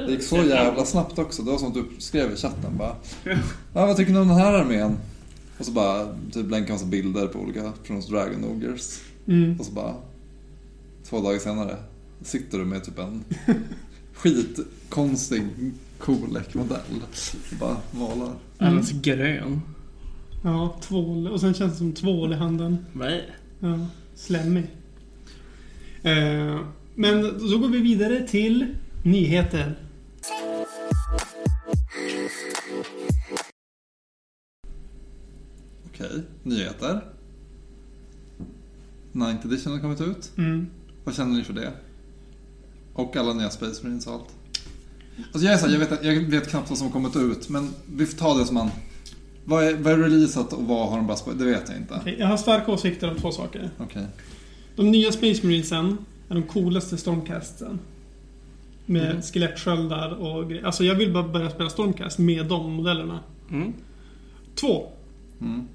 [SPEAKER 2] Det gick så jävla snabbt också. Det var som att du skrev i chatten bara... Ja, vad tycker ni om den här armén? Och så bara typ länkade massa bilder på olika från Dragon Ogers.
[SPEAKER 3] Mm.
[SPEAKER 2] Och så bara... Två dagar senare sitter du med typ en skitkonstig Kolek-modell. Och bara målar.
[SPEAKER 4] Alldeles grön.
[SPEAKER 3] Ja, tvål. Och sen känns det som tvål i handen.
[SPEAKER 4] Nej.
[SPEAKER 3] Ja, slemmig. Eh, men så går vi vidare till nyheter.
[SPEAKER 2] Okej, nyheter. Ninth edition har kommit ut.
[SPEAKER 3] Mm.
[SPEAKER 2] Vad känner ni för det? Och alla nya Space Marines och allt. Alltså jag, är så här, jag, vet, jag vet knappt vad som kommit ut, men vi får ta det som man... Vad är, vad är releasat och vad har de bara spoilat? Det vet jag inte. Okej.
[SPEAKER 3] Okej, Jag har starka åsikter om två saker. De nya Space Marinesen är de coolaste Stormcasten. Med
[SPEAKER 4] Mm.
[SPEAKER 3] skelettsköldar och grejer. Alltså jag vill bara börja spela Stormcast med de modellerna.
[SPEAKER 4] Mm.
[SPEAKER 3] Två.
[SPEAKER 2] Mm.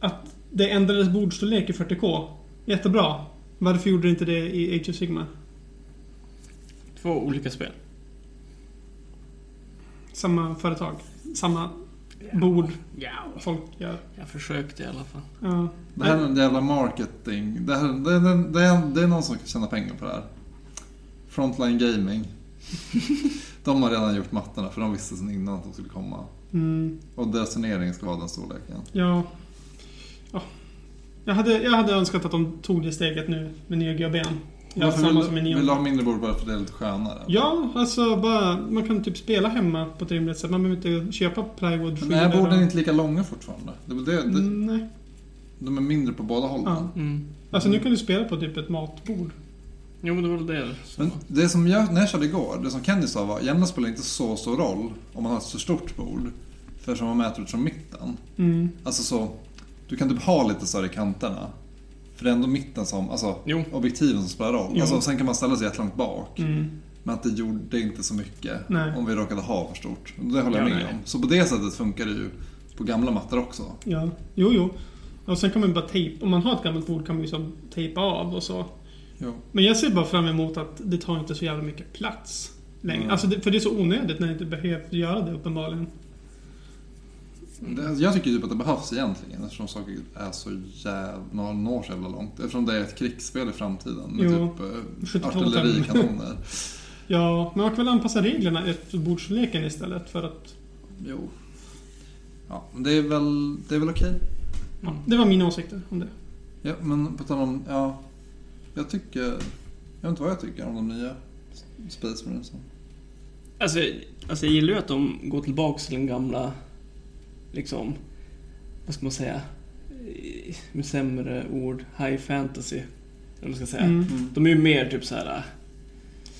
[SPEAKER 3] Att det ändrades bordstorlek i 40K. Jättebra. Varför gjorde det inte det i Age of Sigma?
[SPEAKER 4] Två olika spel.
[SPEAKER 3] Samma företag. Samma bord.
[SPEAKER 4] Ja,
[SPEAKER 3] Folk gör.
[SPEAKER 4] jag försökte i alla fall.
[SPEAKER 3] Ja.
[SPEAKER 2] Det här är en jävla marketing. Det, här, det, det, det, är, det är någon som kan tjäna pengar på det här. Frontline Gaming. De har redan gjort mattorna för de visste sedan innan att de skulle komma.
[SPEAKER 3] Mm,
[SPEAKER 2] Och deras turnering ska vara den storleken.
[SPEAKER 3] ja. ja. Jag, hade, jag hade önskat att de tog det steget nu med nya GB'n. Ja,
[SPEAKER 2] Varför
[SPEAKER 3] samma
[SPEAKER 2] vill,
[SPEAKER 3] som i
[SPEAKER 2] vill du
[SPEAKER 3] nian.
[SPEAKER 2] ha mindre bord bara för det är lite skönare?
[SPEAKER 3] Ja, alltså bara, man kan typ spela hemma på ett rimligt sätt. Man behöver inte köpa plywood
[SPEAKER 2] Men är borden inte lika långa fortfarande? Det, det, det,
[SPEAKER 3] Mm, Nej.
[SPEAKER 2] De är mindre på båda hållen.
[SPEAKER 3] Ja.
[SPEAKER 4] Mm.
[SPEAKER 3] Alltså nu kan du spela på typ ett matbord.
[SPEAKER 4] Jo, men det var väl det som
[SPEAKER 2] Men
[SPEAKER 4] var.
[SPEAKER 2] det som jag, när jag körde igår, det som Kenny sa var jämna spelar inte så stor roll om man har ett så stort bord. För som man mäter ut från mitten.
[SPEAKER 3] Mm.
[SPEAKER 2] Alltså så, du kan typ ha lite större kanterna. För det är ändå mitten som, alltså
[SPEAKER 4] Jo.
[SPEAKER 2] objektiven som spelar roll.
[SPEAKER 3] Jo.
[SPEAKER 2] Alltså, sen kan man ställa sig jättelångt bak.
[SPEAKER 3] Mm.
[SPEAKER 2] Men att det gjorde inte så mycket
[SPEAKER 3] Nej.
[SPEAKER 2] om vi råkade ha för stort. Det håller jag
[SPEAKER 4] Ja,
[SPEAKER 2] med
[SPEAKER 4] nej.
[SPEAKER 2] om. Så på det sättet funkar det ju på gamla mattor också.
[SPEAKER 3] Ja, jo, jo. Och sen kan man bara tejpa, om man har ett gammalt bord kan man ju som tejpa av och så.
[SPEAKER 2] Jo.
[SPEAKER 3] Men jag ser bara fram emot att det tar inte så jävla mycket plats längre.
[SPEAKER 2] Mm.
[SPEAKER 3] Alltså, det, för det är så onödigt när det inte behövt göra det uppenbarligen.
[SPEAKER 2] Det, jag tycker typ att det behövs egentligen eftersom saker är så jävla, når så jävla långt. Eftersom det är ett krigsspel i framtiden med
[SPEAKER 3] Jo.
[SPEAKER 2] typ eh,
[SPEAKER 3] 72
[SPEAKER 2] artillerikanoner.
[SPEAKER 3] Ja, men man kan väl anpassa reglerna efter bordsstorleken istället för att...
[SPEAKER 2] jo. Ja, men det är väl, det är väl okej.
[SPEAKER 3] Ja, det var mina åsikter om det.
[SPEAKER 2] Ja, men på tal om, ja. Jag tycker, jag vet inte vad jag tycker om de nya Space Marines.
[SPEAKER 4] Alltså, jag- alltså jag gillar ju att de går tillbaks till den gamla, liksom, vad ska man säga, Eh, med sämre ord, high fantasy. Eller vad man ska säga.
[SPEAKER 3] Mm.
[SPEAKER 4] De är ju mer typ så här.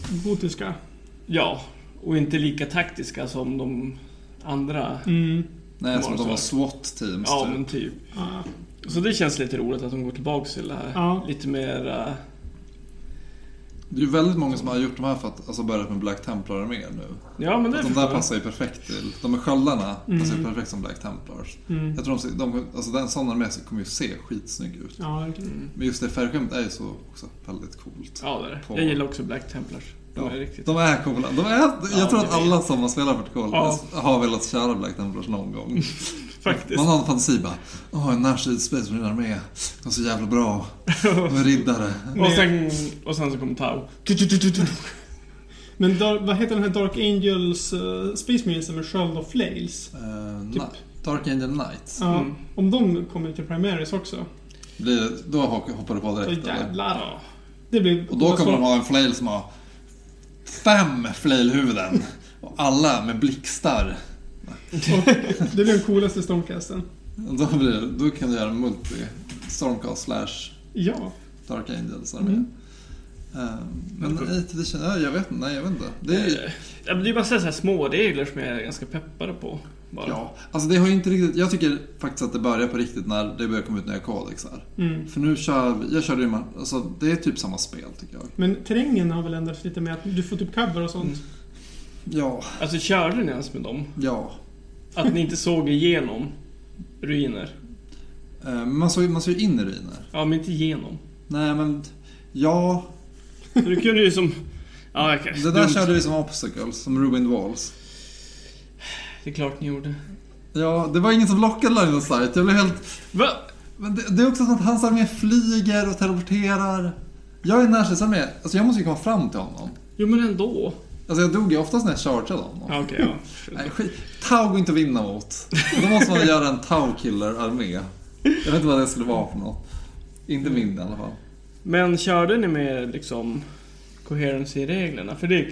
[SPEAKER 4] eh,
[SPEAKER 3] Gotiska.
[SPEAKER 4] ja, och inte lika taktiska som de andra.
[SPEAKER 3] Mm.
[SPEAKER 2] Nej,
[SPEAKER 4] Var
[SPEAKER 2] som
[SPEAKER 4] det
[SPEAKER 2] de
[SPEAKER 4] så?
[SPEAKER 2] var SWAT-teams
[SPEAKER 4] Ja,
[SPEAKER 2] typ.
[SPEAKER 4] men typ.
[SPEAKER 3] Ja.
[SPEAKER 4] Så det känns lite roligt att de går tillbaks till det här.
[SPEAKER 3] Ja.
[SPEAKER 4] Lite mer, eh,
[SPEAKER 2] Det är ju väldigt många som har gjort de här för att, alltså börjat med Black Templar mer nu.
[SPEAKER 4] ja men det
[SPEAKER 2] De
[SPEAKER 4] förstår
[SPEAKER 2] där
[SPEAKER 4] jag.
[SPEAKER 2] passar ju perfekt till. De med sköldarna passar ju
[SPEAKER 3] Mm.
[SPEAKER 2] perfekt som Black Templars.
[SPEAKER 3] Mm.
[SPEAKER 2] Jag tror de, ser- de alltså den sån armé kommer ju se skitsnygg ut.
[SPEAKER 3] Ja, verkligen.
[SPEAKER 4] Mm.
[SPEAKER 2] Men just det färgskämt är ju så också väldigt coolt.
[SPEAKER 4] Ja, det är det.
[SPEAKER 2] På-
[SPEAKER 4] Jag gillar också Black Templars. De är
[SPEAKER 2] Ja,
[SPEAKER 4] riktigt...
[SPEAKER 2] De är coola. De är, jag
[SPEAKER 4] Ja,
[SPEAKER 2] tror
[SPEAKER 4] det
[SPEAKER 2] att
[SPEAKER 4] vet
[SPEAKER 2] alla som har spelat Vertical
[SPEAKER 4] Ja.
[SPEAKER 2] har velat köra Black Templars någon gång.
[SPEAKER 4] Faktiskt.
[SPEAKER 2] Man har en fantasi bara. Åh, en närstrid Space Marine armé. De är så jävla bra. De är riddare.
[SPEAKER 4] Och sen, och sen så kom Tau.
[SPEAKER 3] Men dar, vad heter den här Dark Angels uh, Space Marines med sköld och flails?
[SPEAKER 2] Uh,
[SPEAKER 3] Typ.
[SPEAKER 2] Dark Angel Knights.
[SPEAKER 3] Ja,
[SPEAKER 4] Mm.
[SPEAKER 3] Om de kommer till Primaries också,
[SPEAKER 2] Blir det- Då hoppar du på
[SPEAKER 3] då
[SPEAKER 2] direkt eller?
[SPEAKER 3] jävlar. Det blir...
[SPEAKER 2] Och då kommer de ha en flail som har fem flailhuvuden. Och alla med blixtar.
[SPEAKER 3] Det blir den coolaste stormcasten.
[SPEAKER 2] Och Då, blir, det- då kan du göra en multi. Stormcast slash
[SPEAKER 3] Ja.
[SPEAKER 2] Dark Angels armé. Eh, men 8 edition, ja, jag vet inte. Nej, jag vet inte. Det är,
[SPEAKER 4] Eh, ja, men Det är bara så här små regler som jag är ganska peppade på. Bara.
[SPEAKER 2] ja, alltså det har ju inte riktigt, jag tycker faktiskt att det börjar på riktigt när det börjar komma ut nya kodexar.
[SPEAKER 3] Mm.
[SPEAKER 2] För nu kör vi, jag körde ju, ma- alltså det är typ samma spel tycker jag.
[SPEAKER 3] Men terrängen har väl ändrats lite med att du får typ cover och sånt.
[SPEAKER 2] Ja,
[SPEAKER 4] Alltså körde ni ens med dem?
[SPEAKER 2] ja.
[SPEAKER 4] Att ni inte såg igenom ruiner?
[SPEAKER 2] Eh, man såg man såg ju in i ruiner.
[SPEAKER 4] Ja, men inte igenom.
[SPEAKER 2] Nej men, ja.
[SPEAKER 4] För du kunde ju som... Ja, okej.
[SPEAKER 2] Det där
[SPEAKER 4] Dumt.
[SPEAKER 2] körde vi som obstacles, som ruined walls.
[SPEAKER 4] Det är klart ni gjorde.
[SPEAKER 2] Ja, det var ingen som lockade line of sight. Jag blev helt...
[SPEAKER 4] Va?
[SPEAKER 2] Men det, det är också så att hans armé flyger och teleporterar. Jag är närstridsarmé. Alltså jag måste ju komma fram till honom.
[SPEAKER 4] Jo, men ändå.
[SPEAKER 2] Alltså jag dog ju oftast när jag chargeade honom.
[SPEAKER 4] Ja, okej. ja.
[SPEAKER 2] Nej, skit. Tau går inte att vinna mot. Då måste man göra en Tau-killer-armé. Jag vet inte vad det skulle vara för något. Inte min i alla fall.
[SPEAKER 4] Men körde ni med liksom coherency-reglerna? För det,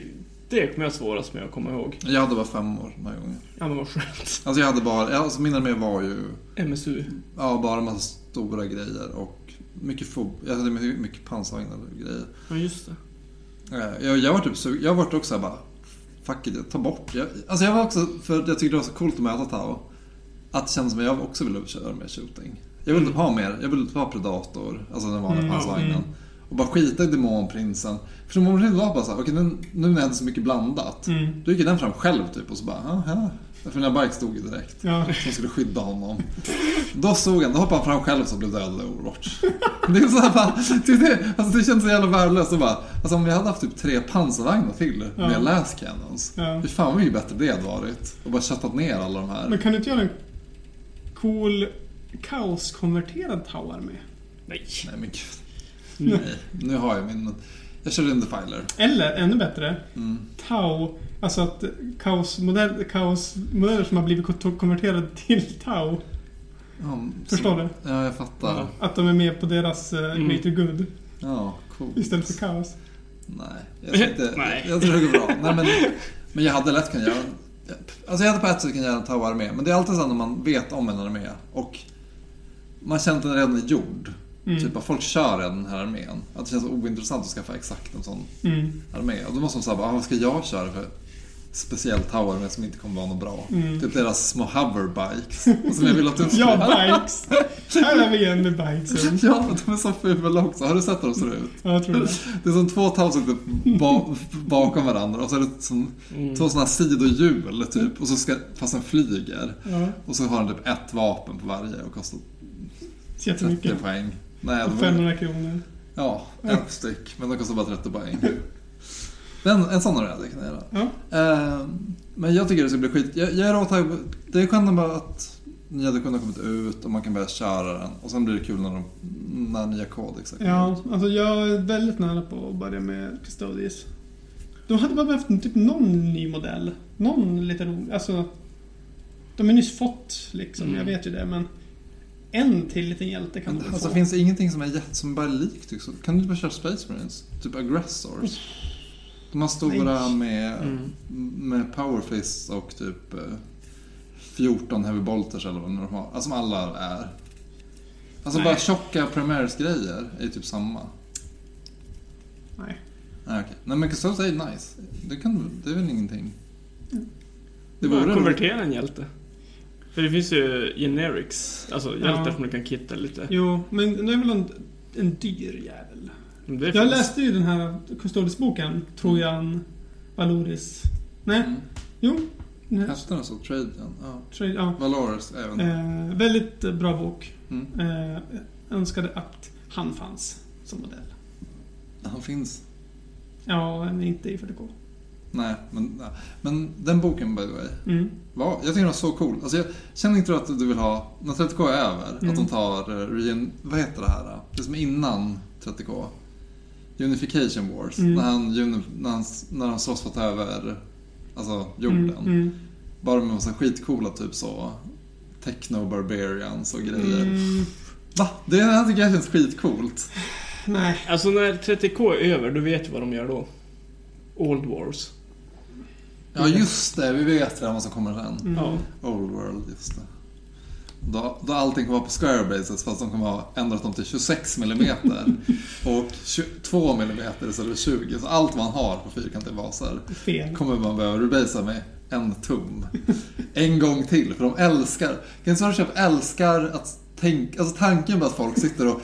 [SPEAKER 4] det kommer jag svårast med att komma ihåg.
[SPEAKER 2] Jag hade bara fem år den här gången.
[SPEAKER 4] Ja, men vad skönt.
[SPEAKER 2] Alltså jag hade bara... ja, Alltså min armé var ju...
[SPEAKER 4] MSU.
[SPEAKER 2] Ja, bara en massa stora grejer och mycket fob... Jag hade mycket, mycket pansarvagnar och grejer.
[SPEAKER 4] Ja, just det.
[SPEAKER 2] Eh, Jag, jag var typ så, jag var också så här bara, fuck it, jag tar bort. Jag, alltså jag var också, för jag tyckte det var så coolt att möta Tao, att det kändes som att jag också ville köra mer shooting. Jag ville typ ha mer, jag ville typ ha Predator, alltså den vanliga
[SPEAKER 3] Mm,
[SPEAKER 2] pansarvagnen.
[SPEAKER 3] mm.
[SPEAKER 2] Och bara skita i Demonprinsen. För Demonprinsen var bara såhär, okej nu, nu när jag hade så mycket blandat,
[SPEAKER 3] Mm.
[SPEAKER 2] då gick ju den fram själv typ och så bara, ja, ja. För den här Bike stod ju direkt.
[SPEAKER 3] Ja.
[SPEAKER 2] Som skulle skydda honom. Då såg han, då hoppade han fram själv så blev dödad av Overwatch. Det är så här, bara, det, är det, alltså det känns så jävla värdelöst. Och bara, alltså om jag hade haft typ tre pansarvagnar till med
[SPEAKER 3] Ja.
[SPEAKER 2] läs cannons.
[SPEAKER 3] Ja.
[SPEAKER 2] Hur fan vad mycket bättre det hade varit. Och bara köttat ner alla de här.
[SPEAKER 3] Men kan du inte göra en cool kaoskonverterad tower med?
[SPEAKER 4] Nej.
[SPEAKER 2] Nej men gud.
[SPEAKER 3] Mm.
[SPEAKER 2] Nej. Nu har jag min... Jag körde en defiler.
[SPEAKER 3] Eller ännu bättre,
[SPEAKER 2] Mm.
[SPEAKER 3] Tau. Alltså att kaosmodell, kaosmodeller som har blivit ko- konverterade till Tau.
[SPEAKER 2] Ja,
[SPEAKER 3] Förstår du?
[SPEAKER 2] du? Ja, jag fattar.
[SPEAKER 4] Ja.
[SPEAKER 3] Att de är med på deras uh,
[SPEAKER 4] Mm.
[SPEAKER 3] greater good
[SPEAKER 2] Ja, coolt.
[SPEAKER 3] istället för kaos.
[SPEAKER 2] Nej, jag tror inte...
[SPEAKER 4] Nej.
[SPEAKER 2] Jag tror det går bra. Nej, men, men jag hade lätt kunnat göra... Alltså jag hade på ett sätt kunnat göra en Tau-armé, men det är alltid så när man vet om en armé och man känner att den redan är gjord.
[SPEAKER 3] Mm.
[SPEAKER 2] Typ att folk kör redan den här armén. Att det känns ointressant att skaffa exakt en sån
[SPEAKER 3] Mm.
[SPEAKER 2] armé. Och då måste de säga, ah, vad ska jag köra för speciell Tau-armé som inte kommer vara något bra?
[SPEAKER 3] Mm.
[SPEAKER 2] Typ deras små hoverbikes. Som jag vill att du
[SPEAKER 3] Ja, bikes! Här är vi igen med bikesen.
[SPEAKER 2] Ja, de är så fula också. Har du sett hur de ser ut?
[SPEAKER 3] Ja, jag tror det.
[SPEAKER 2] Det är som två tau som sitter ba- bakom varandra och så är det som
[SPEAKER 4] Mm.
[SPEAKER 2] två sådana här sidohjul typ. Och så ska, fast den flyger.
[SPEAKER 3] Ja,
[SPEAKER 2] Och så har den typ ett vapen på varje och kostar
[SPEAKER 3] så
[SPEAKER 2] 30
[SPEAKER 3] jättemycket.
[SPEAKER 2] poäng. Nej, de-
[SPEAKER 3] 500 kronor.
[SPEAKER 2] ja, ett styck. Men de kostar bara 30 poäng. Men en sån har jag kunnat göra.
[SPEAKER 3] Ja.
[SPEAKER 2] Ehm, men jag tycker det ska bli skit. Jag, jag är rått här- Det är skönt bara att nya versioner har kommit ut och man kan börja köra den. Och sen blir det kul när, de, när nya kodex har kommit
[SPEAKER 3] Ja,
[SPEAKER 2] ut.
[SPEAKER 3] alltså jag är väldigt nära på att börja med Custodies. De hade bara behövt typ någon ny modell. Någon lite rolig. Alltså, de har nyss fått liksom,
[SPEAKER 4] Mm.
[SPEAKER 3] jag vet ju det, men en till liten hjälte kan
[SPEAKER 2] Men,
[SPEAKER 3] de väl
[SPEAKER 2] alltså
[SPEAKER 3] få.
[SPEAKER 2] finns det ingenting som är jätte, som bara är likt också? Kan du inte bara köra Space Marines? Typ Aggressors? De här stora
[SPEAKER 3] Nej.
[SPEAKER 2] med,
[SPEAKER 4] Mm.
[SPEAKER 2] med Powerfists och typ eh, 14 Heavy Bolters eller vad de har. Alltså som alla är. Alltså
[SPEAKER 4] Nej.
[SPEAKER 2] bara tjocka Premiers grejer är ju typ samma.
[SPEAKER 3] Nej.
[SPEAKER 2] Nej okej. Nej men Custodes är ju nice. Det, kan, det är väl ingenting. Det
[SPEAKER 4] Bara
[SPEAKER 2] vore väl...
[SPEAKER 4] konvertera en hjälte. För det finns ju generics, alltså hjältar som du kan kitta lite.
[SPEAKER 3] Jo, men det är väl en, en dyr jävel.
[SPEAKER 4] Men Det
[SPEAKER 3] Jag
[SPEAKER 4] finns.
[SPEAKER 3] läste ju den här Custodies-boken, Trojan, Valoris. Nej,
[SPEAKER 2] Mm.
[SPEAKER 3] jo. Den här,
[SPEAKER 2] Hette den så? Trajan? Ja.
[SPEAKER 3] Trade- ja.
[SPEAKER 2] Valorus även.
[SPEAKER 3] Eh, väldigt eh, bra bok.
[SPEAKER 2] Mm.
[SPEAKER 3] Eh, önskade att han fanns som modell.
[SPEAKER 2] Han finns.
[SPEAKER 3] Ja, men inte i 40K.
[SPEAKER 2] Nej, men, men den boken by the way.
[SPEAKER 3] Mm.
[SPEAKER 2] Va? Jag tycker den var så cool. Alltså jag känner inte att du vill ha, när 30K är över,
[SPEAKER 3] Mm.
[SPEAKER 2] att de tar, eh, regen, vad heter det här? då? Det som är innan 30K? Unification Wars.
[SPEAKER 3] Mm.
[SPEAKER 2] När, han, uni- när, han, när han slåss för att ta över alltså, jorden.
[SPEAKER 3] Mm, mm.
[SPEAKER 2] Bara med massa skitcoola typ så techno-barbarians och grejer.
[SPEAKER 3] Mm.
[SPEAKER 2] Va? Det här tycker jag känns skitcoolt.
[SPEAKER 3] Nej.
[SPEAKER 4] Alltså när 30K är över, då vet du vad de gör då. Old Wars.
[SPEAKER 2] Ja just det, vi vet redan vad som kommer sen.
[SPEAKER 3] Mm.
[SPEAKER 4] Ja.
[SPEAKER 2] Old World, just det. Då, då allting kommer vara på square bases fast de kommer ha ändrat dem till 26 mm och 22 mm istället för 20. Så allt man har på fyrkantiga baser
[SPEAKER 3] Fel.
[SPEAKER 2] kommer man behöva rebasea med en tum. En gång till, för de älskar... Guns N' älskar att tänka... Alltså tanken på att folk sitter och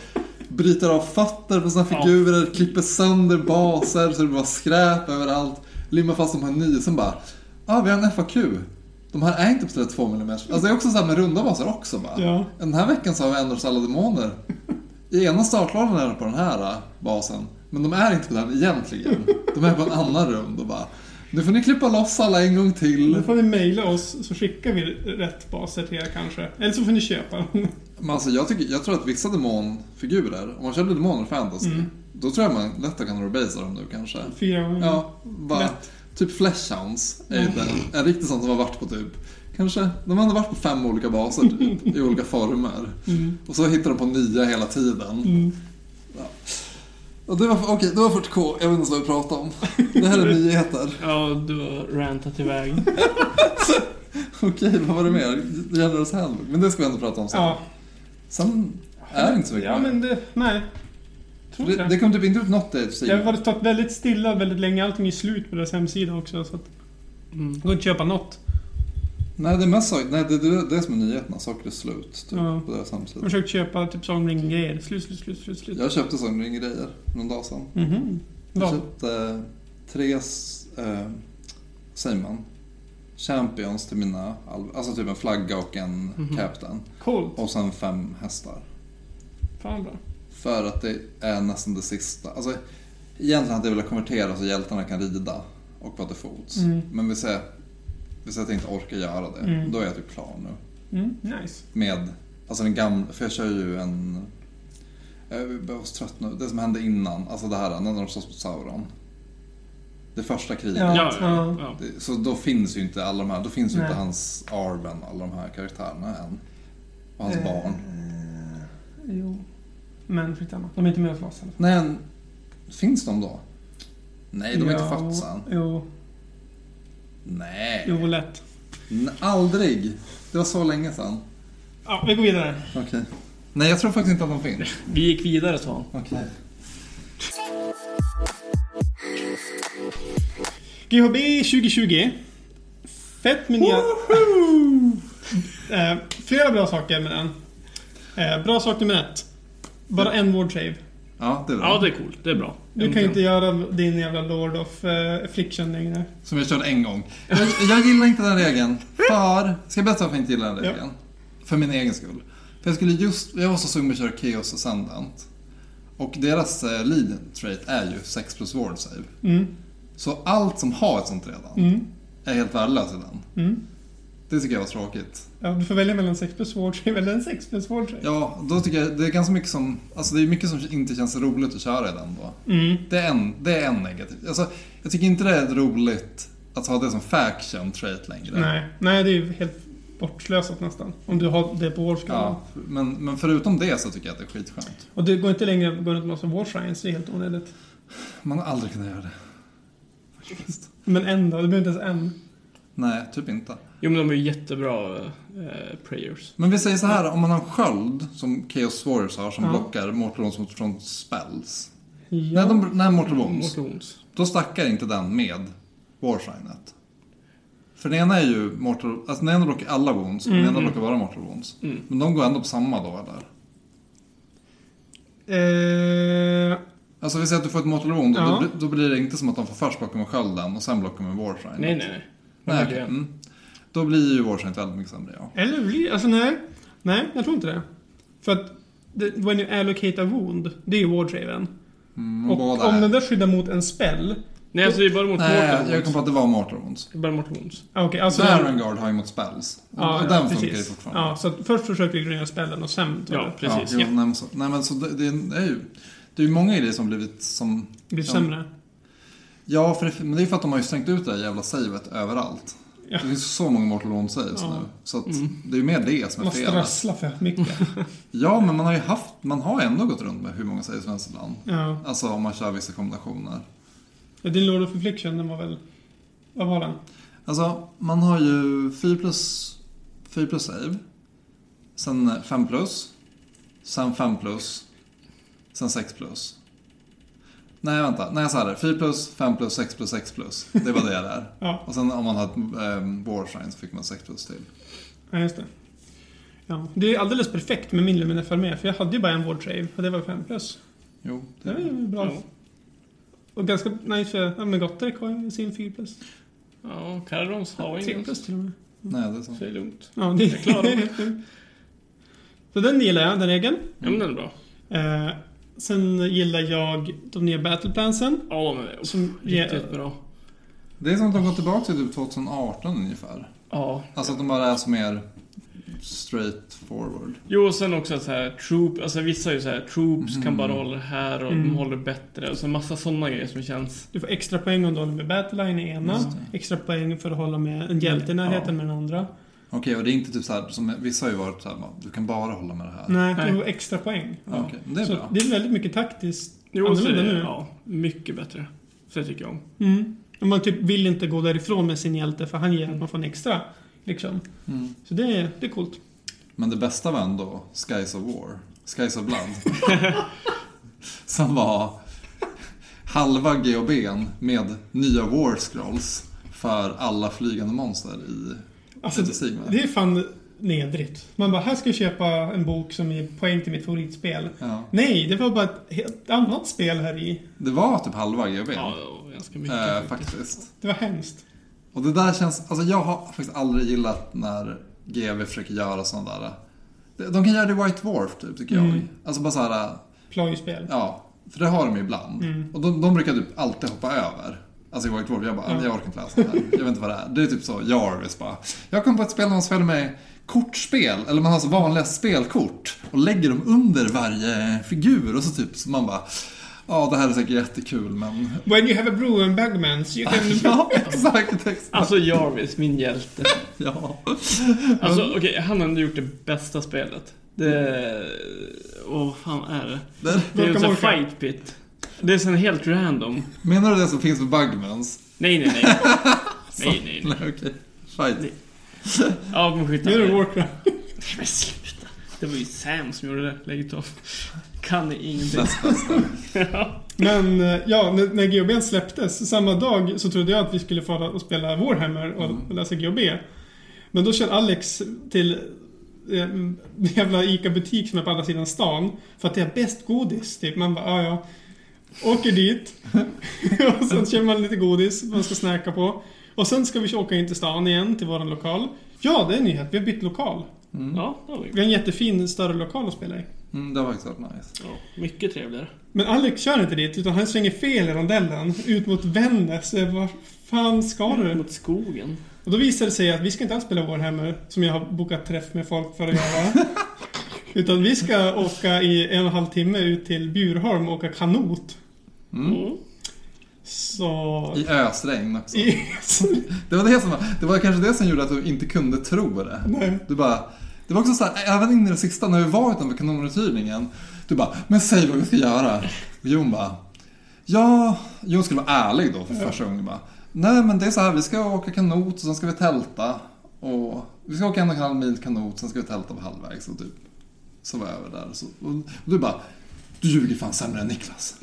[SPEAKER 2] bryter av fötter på sina
[SPEAKER 4] Ja.
[SPEAKER 2] figurer, klipper sönder baser så det bara skräp överallt, limmar fast dem på en ny, sen bara... Ja, ah, vi har en FAQ. De här är inte på 32 mm. Alltså det är också så här med runda baser också bara.
[SPEAKER 3] Ja.
[SPEAKER 2] Den här veckan så har vi ändrat oss alla demoner. I ena startlådan är de på den här eh, basen. Men de är inte på den egentligen. De är på en annan rund och bara Nu får ni klippa loss alla en gång
[SPEAKER 3] Då
[SPEAKER 2] till.
[SPEAKER 3] får ni mejla oss så skickar vi rätt baser till er kanske. Eller så får ni köpa dem.
[SPEAKER 2] Men alltså jag, tycker, jag tror att vissa demonfigurer, om man köper demoner i fantasy,
[SPEAKER 3] Mm.
[SPEAKER 2] då tror jag man lätt kan rebasea dem nu kanske.
[SPEAKER 3] Fyra gånger.
[SPEAKER 2] Ja, bara,
[SPEAKER 3] Lätt.
[SPEAKER 2] typ flashhounds är ju en, en riktig sån som har varit på typ Kanske, de har varit på fem olika baser typ, i olika former.
[SPEAKER 3] Mm.
[SPEAKER 2] Och så hittar de på nya hela tiden.
[SPEAKER 3] Mm.
[SPEAKER 2] Och det var, okej, det var 40K. Jag vet inte ens vad vi pratade om. Det här är nyheter.
[SPEAKER 4] Ja, du har rantat iväg.
[SPEAKER 2] Okej, vad var det mer? Generous Handbook. Men det ska vi ändå prata om sen.
[SPEAKER 3] Ja.
[SPEAKER 2] Sen är det inte så mycket
[SPEAKER 3] Ja,
[SPEAKER 2] mer.
[SPEAKER 3] men det... Nej. Tror inte
[SPEAKER 2] det, det
[SPEAKER 3] det.
[SPEAKER 2] kom typ inte ut något där till
[SPEAKER 3] Det har varit stått väldigt stilla väldigt länge. Allting är slut på deras hemsida också. Så att
[SPEAKER 4] Mm.
[SPEAKER 3] det går inte att köpa något.
[SPEAKER 2] Nej, det är mest saker. Nej, det, det, det är som är nyheterna. Saker är slut. Typ,
[SPEAKER 3] Ja.
[SPEAKER 2] på deras
[SPEAKER 3] Jag
[SPEAKER 2] hemsida.
[SPEAKER 3] har försökt köpa typ Song Ring-grejer. Slut, slut, slut, slut, slut.
[SPEAKER 2] Jag köpte sån ring grejer någon dag sedan.
[SPEAKER 3] Mhm.
[SPEAKER 2] Jag
[SPEAKER 3] Vad?
[SPEAKER 2] köpte eh, tre, s- eh, säger man, champions till mina alv- Alltså typ en flagga och en
[SPEAKER 3] Mhm.
[SPEAKER 2] captain.
[SPEAKER 3] Coolt.
[SPEAKER 2] Och sen fem hästar.
[SPEAKER 3] Fan bra.
[SPEAKER 2] För att det är nästan det sista. Alltså, egentligen hade jag velat konvertera så hjältarna kan rida och vara till fots.
[SPEAKER 3] Mm.
[SPEAKER 2] Men vi säger, vi säger att jag inte orkar göra det.
[SPEAKER 3] Mm.
[SPEAKER 2] Då är jag typ klar nu.
[SPEAKER 3] Mm, nice.
[SPEAKER 2] Med, alltså den gamla, för jag kör ju en... Jag börjar vara så trött nu. Det som hände innan, alltså det här när de slåss mot Sauron. Det första kriget.
[SPEAKER 3] Ja,
[SPEAKER 4] Ja, ja, ja, ja.
[SPEAKER 2] Det- Så då finns ju inte alla de här, då finns ju
[SPEAKER 3] Nej.
[SPEAKER 2] inte hans Arwen och alla de här karaktärerna än. Och hans
[SPEAKER 3] Eh,
[SPEAKER 2] barn.
[SPEAKER 3] Jo. Men skitsamma. De är inte med och slåss i alla fall.
[SPEAKER 2] Nej, en- finns de då? Nej, de är inte
[SPEAKER 3] Ja,
[SPEAKER 2] fötts än.
[SPEAKER 3] Jo,
[SPEAKER 2] Nej.
[SPEAKER 3] jo, lätt.
[SPEAKER 2] N- aldrig. Det var så länge sedan.
[SPEAKER 3] Ja, vi går vidare.
[SPEAKER 2] Okej. Nej, jag tror faktiskt inte att de finns.
[SPEAKER 4] Vi gick vidare sa han.
[SPEAKER 2] Okej.
[SPEAKER 3] GHB 2020. Fett med nya... eh, flera bra saker med den. Eh, bra sak nummer ett. Bara en ward save.
[SPEAKER 2] Ja, det är bra.
[SPEAKER 4] Ja, det är coolt. Det är bra.
[SPEAKER 3] Du kan ju inte göra din jävla Lord of eh, Affliction längre.
[SPEAKER 2] Som jag körde en gång. Jag, jag gillar inte den regeln. För... Ska jag berätta varför jag inte gillar den
[SPEAKER 3] Ja.
[SPEAKER 2] regeln? För min egen skull. För jag skulle just... Jag var så sugen på att köra Chaos Ascendant. Och deras eh, lead trait är ju 6 plus ward save.
[SPEAKER 3] Mm.
[SPEAKER 2] Så allt som har ett sånt redan
[SPEAKER 3] Mm.
[SPEAKER 2] är helt värdelöst i den.
[SPEAKER 3] Mm.
[SPEAKER 2] Det tycker jag var tråkigt.
[SPEAKER 3] Ja, du får välja mellan 6 plus ward save eller en 6 plus ward save.
[SPEAKER 2] Ja, då tycker jag det är ganska mycket som... Alltså det är mycket som inte känns roligt att köra i den då.
[SPEAKER 3] Mm.
[SPEAKER 2] Det är en, det är en negativ. Alltså, jag tycker inte det är roligt att ha det som faction trait längre.
[SPEAKER 3] Nej. Nej, det är ju helt bortslösat nästan. Om du har det på wardskalan.
[SPEAKER 2] Ja, men, men förutom det så tycker jag att det är skitskönt.
[SPEAKER 3] Och det går inte längre att gå runt med massa ward shrines, det är helt onödigt.
[SPEAKER 2] Man har aldrig kunnat göra det. Faktiskt.
[SPEAKER 3] Men en då, det behöver inte ens en.
[SPEAKER 2] Nej, typ inte.
[SPEAKER 4] Jo, men de är ju jättebra eh, prayers.
[SPEAKER 2] Men vi säger så här, om man har en sköld som Chaos Warriors har som
[SPEAKER 3] Ja.
[SPEAKER 2] blockar Mortal Wounds mot- från spells.
[SPEAKER 3] Ja.
[SPEAKER 2] Nej, de, nej, Mortal Wounds.
[SPEAKER 4] Motions.
[SPEAKER 2] Då stackar inte den med Warshinet. För den ena är ju Mortal... Alltså den ena blockar alla Wounds och den ena
[SPEAKER 3] mm.
[SPEAKER 2] blockar bara Mortal Wounds.
[SPEAKER 4] Mm.
[SPEAKER 2] Men de går ändå på samma då, eller?
[SPEAKER 3] Eh,
[SPEAKER 2] Alltså vi säger att du får ett Mortal Wound och
[SPEAKER 3] Ja.
[SPEAKER 2] då, blir- då blir det inte som att de får först blocka med skölden och sen blocka med Warshine.
[SPEAKER 4] Nej, nej, nej. De
[SPEAKER 2] nej
[SPEAKER 4] väljer
[SPEAKER 2] okej,
[SPEAKER 4] en.
[SPEAKER 2] mm. Då blir ju Warshine väldigt mycket sämre, ja.
[SPEAKER 3] eller blir Alltså nej. Nej, jag tror inte det. För att det, when you allocate a wound, det är ju wardraven.
[SPEAKER 2] Mm,
[SPEAKER 3] Och
[SPEAKER 2] båda
[SPEAKER 3] om
[SPEAKER 2] är-
[SPEAKER 3] den där skyddar mot en spell.
[SPEAKER 4] Nej, alltså det är bara mot
[SPEAKER 2] Nej, jag
[SPEAKER 4] Mortal
[SPEAKER 2] kom på
[SPEAKER 4] Wounds.
[SPEAKER 2] att det var Mortal Wounds.
[SPEAKER 4] Det är bara mot Wounds.
[SPEAKER 3] Ah, Okej, alltså... den-
[SPEAKER 2] Varengard har ju mot spells.
[SPEAKER 3] Ja,
[SPEAKER 2] och
[SPEAKER 3] ja,
[SPEAKER 2] den funkar ju
[SPEAKER 3] precis.
[SPEAKER 2] fortfarande.
[SPEAKER 3] Ja, så att först försöker du gröna spellen och sen tar
[SPEAKER 4] Ja,
[SPEAKER 3] det.
[SPEAKER 4] precis.
[SPEAKER 2] jo,
[SPEAKER 4] Ja.
[SPEAKER 2] Nej, men så, nej men så det, det, är ju... Det är ju många idéer som blivit som...
[SPEAKER 3] Det blir
[SPEAKER 2] Ja.
[SPEAKER 3] sämre.
[SPEAKER 2] Ja, för det, men det är ju för att de har ju strängt ut det här jävla savet överallt.
[SPEAKER 3] Ja.
[SPEAKER 2] Det finns så många Mortal Wounds saves
[SPEAKER 3] Ja. Mm.
[SPEAKER 2] nu. Så att det är ju mer det som är
[SPEAKER 3] Man
[SPEAKER 2] fel.
[SPEAKER 3] strasslar för mycket.
[SPEAKER 2] Ja, men man har ju haft... Man har ju ändå gått runt med hur många saves som helst ibland.
[SPEAKER 3] ja.
[SPEAKER 2] Alltså om man kör vissa kombinationer.
[SPEAKER 3] Ja, Din Lord of Affliction, den var väl... Vad var den?
[SPEAKER 2] Alltså man har ju 4 plus, 4 plus save. Sen 5 plus. Sen 5 plus. Sen 6 plus. Nej vänta, nej så här är det. 4 plus, 5 plus, 6 plus, 6 plus. Det var det det är.
[SPEAKER 3] Ja,
[SPEAKER 2] Och sen om man har ett ähm, Warshine så fick man 6 plus till.
[SPEAKER 3] ja just det. Ja. Det är alldeles perfekt med min Luminef-armé, för jag hade ju bara en Ward Save och det var 5 plus.
[SPEAKER 2] Jo,
[SPEAKER 3] Det är
[SPEAKER 2] det,
[SPEAKER 3] ju bra.
[SPEAKER 4] Ja.
[SPEAKER 3] Och ganska nice för... Ja, men Gotterick har ju sin 4 plus.
[SPEAKER 4] Ja, Caradons har ju
[SPEAKER 3] 3
[SPEAKER 4] ingen.
[SPEAKER 3] plus till och med.
[SPEAKER 2] nej det är så.
[SPEAKER 4] Så det är lugnt.
[SPEAKER 3] Ja, det
[SPEAKER 4] Jag klarar mig.
[SPEAKER 3] Så den gillar jag, den regeln.
[SPEAKER 2] Mm.
[SPEAKER 4] Ja, men den är bra.
[SPEAKER 3] Eh, sen gillar jag de nya battleplansen.
[SPEAKER 4] Ja, de är
[SPEAKER 3] Som
[SPEAKER 4] riktigt bra.
[SPEAKER 2] Det är som att de går tillbaka till typ 2018 ungefär.
[SPEAKER 4] Ja.
[SPEAKER 2] Alltså att de bara är så mer straight forward.
[SPEAKER 4] Jo, och sen också att så här, troop, alltså vissa är ju så här, troops kan bara hålla här och de håller bättre. Och så en massa sådana grejer som känns...
[SPEAKER 3] Du får extra poäng om du håller med battleline i ena. Extra poäng för att hålla med en hjälte i närheten
[SPEAKER 2] Ja.
[SPEAKER 3] med den andra.
[SPEAKER 2] Okej, och det är inte typ så här, som vissa har ju varit så här, du kan bara hålla med det här.
[SPEAKER 3] Nej,
[SPEAKER 4] Nej.
[SPEAKER 3] du får extra poäng.
[SPEAKER 2] Ja, Okej, men det är
[SPEAKER 3] så
[SPEAKER 2] bra.
[SPEAKER 3] det är väldigt mycket taktiskt
[SPEAKER 4] Jo, så är
[SPEAKER 3] annorlunda
[SPEAKER 4] det,
[SPEAKER 3] nu.
[SPEAKER 4] ja, mycket bättre. Så det tycker jag om.
[SPEAKER 3] Mm. Och Man typ vill inte gå därifrån med sin hjälte för han ger att man får en extra. Liksom.
[SPEAKER 2] Mm.
[SPEAKER 3] Så det är, det är coolt.
[SPEAKER 2] Men det bästa var ändå Skies of War. Skies of Blood. som var halva GHB'n med nya War Scrolls för alla flygande monster i
[SPEAKER 3] Alltså,
[SPEAKER 2] Little Sigma.
[SPEAKER 3] det är fan nedrigt. Man bara, här ska jag köpa en bok som ger poäng till mitt favoritspel.
[SPEAKER 2] Ja.
[SPEAKER 3] Nej, det var bara ett helt annat spel här i.
[SPEAKER 2] Det var typ halva GHB'n.
[SPEAKER 4] Ja, det var ganska mycket
[SPEAKER 2] eh,
[SPEAKER 4] faktiskt.
[SPEAKER 2] faktiskt.
[SPEAKER 3] Det var hemskt.
[SPEAKER 2] Och det där känns, alltså jag har faktiskt aldrig gillat när GW försöker göra sådana där. De- De kan göra det i White Dwarf typ, tycker jag.
[SPEAKER 3] Mm.
[SPEAKER 2] Alltså bara så här,
[SPEAKER 3] Plöjspel.
[SPEAKER 2] ja. För det har de ju ibland.
[SPEAKER 3] Mm.
[SPEAKER 2] Och de, de brukar typ alltid hoppa över. Alltså i White Dwarf, jag bara,
[SPEAKER 3] Ja.
[SPEAKER 2] jag orkar inte läsa det här. Jag vet inte vad det är. Det är typ så, Jarvis bara. Jag kom på ett spel där man spelar med kortspel, eller man har så vanliga spelkort. Och lägger dem under varje figur och så typ, så man bara, ja det här är säkert jättekul men...
[SPEAKER 3] When you have a brew and bagmans you can...
[SPEAKER 2] Ja, exakt, exakt.
[SPEAKER 4] Alltså Jarvis, min hjälte.
[SPEAKER 2] Ja.
[SPEAKER 4] Alltså okej, han har ändå gjort det bästa spelet. Det... Åh, vad fan är det?
[SPEAKER 2] Där.
[SPEAKER 4] Det är en sån här
[SPEAKER 3] Guacamole.
[SPEAKER 4] fight pit. Det är sån helt random.
[SPEAKER 2] Menar du det som finns på Bugmans?
[SPEAKER 4] Nej, nej, nej. Nej, nej, nej.
[SPEAKER 2] Nej, okej. Fight.
[SPEAKER 4] Ja, men skit
[SPEAKER 3] Nu är det
[SPEAKER 4] Nej,
[SPEAKER 3] Warcraft.
[SPEAKER 4] men sluta. Det var ju Sam som gjorde det. Lägg av. Kan ingenting.
[SPEAKER 2] Bäst, bäst. Mm.
[SPEAKER 3] Men eh, ja, när, när GHB släpptes, samma dag så trodde jag att vi skulle fara och spela Warhammer och läsa GHB. Men då kör Alex till eh, en jävla ICA-butik som är på andra sidan stan. För att det är bäst godis, typ. Man bara, ja ja. Åker dit. och sen köper man lite godis man ska snacka på. Och sen ska vi åka in till stan igen, till våran lokal. Ja, det är en nyhet. Vi har bytt lokal.
[SPEAKER 4] Ja, det var ju-
[SPEAKER 3] Vi har en jättefin större lokal att spela i.
[SPEAKER 2] Mm, det har faktiskt varit nice.
[SPEAKER 4] ja, mycket trevligare.
[SPEAKER 3] Men Alex kör inte dit, utan han svänger fel i rondellen ut mot Vännäs. Så jag bara, Vad fan ska du?
[SPEAKER 4] Mot skogen.
[SPEAKER 3] Och då visade det sig att vi ska inte alls spela Warhammer, som jag har bokat träff med folk för att göra. utan vi ska åka i en och en halv timme ut till Bjurholm och åka kanot.
[SPEAKER 4] Mm.
[SPEAKER 3] Så...
[SPEAKER 2] I ösregn också.
[SPEAKER 3] I...
[SPEAKER 2] Det var, det, som var, det var kanske det som gjorde att du inte kunde tro det.
[SPEAKER 3] Nej.
[SPEAKER 2] Du bara, det var också så här, även in i det sista när vi var utanför kanonuthyrningen. Du bara, men säg vad vi ska göra. Och Jon bara, ja, Jon skulle vara ärlig då för första gången. Bara, Nej men det är så här, vi ska åka kanot och sen ska vi tälta. Och vi ska åka en och en halv mil kanot, sen ska vi tälta på halvvägs. Och typ, så var jag över där. Så, och, och du bara, du ljuger fan sämre än Niklas.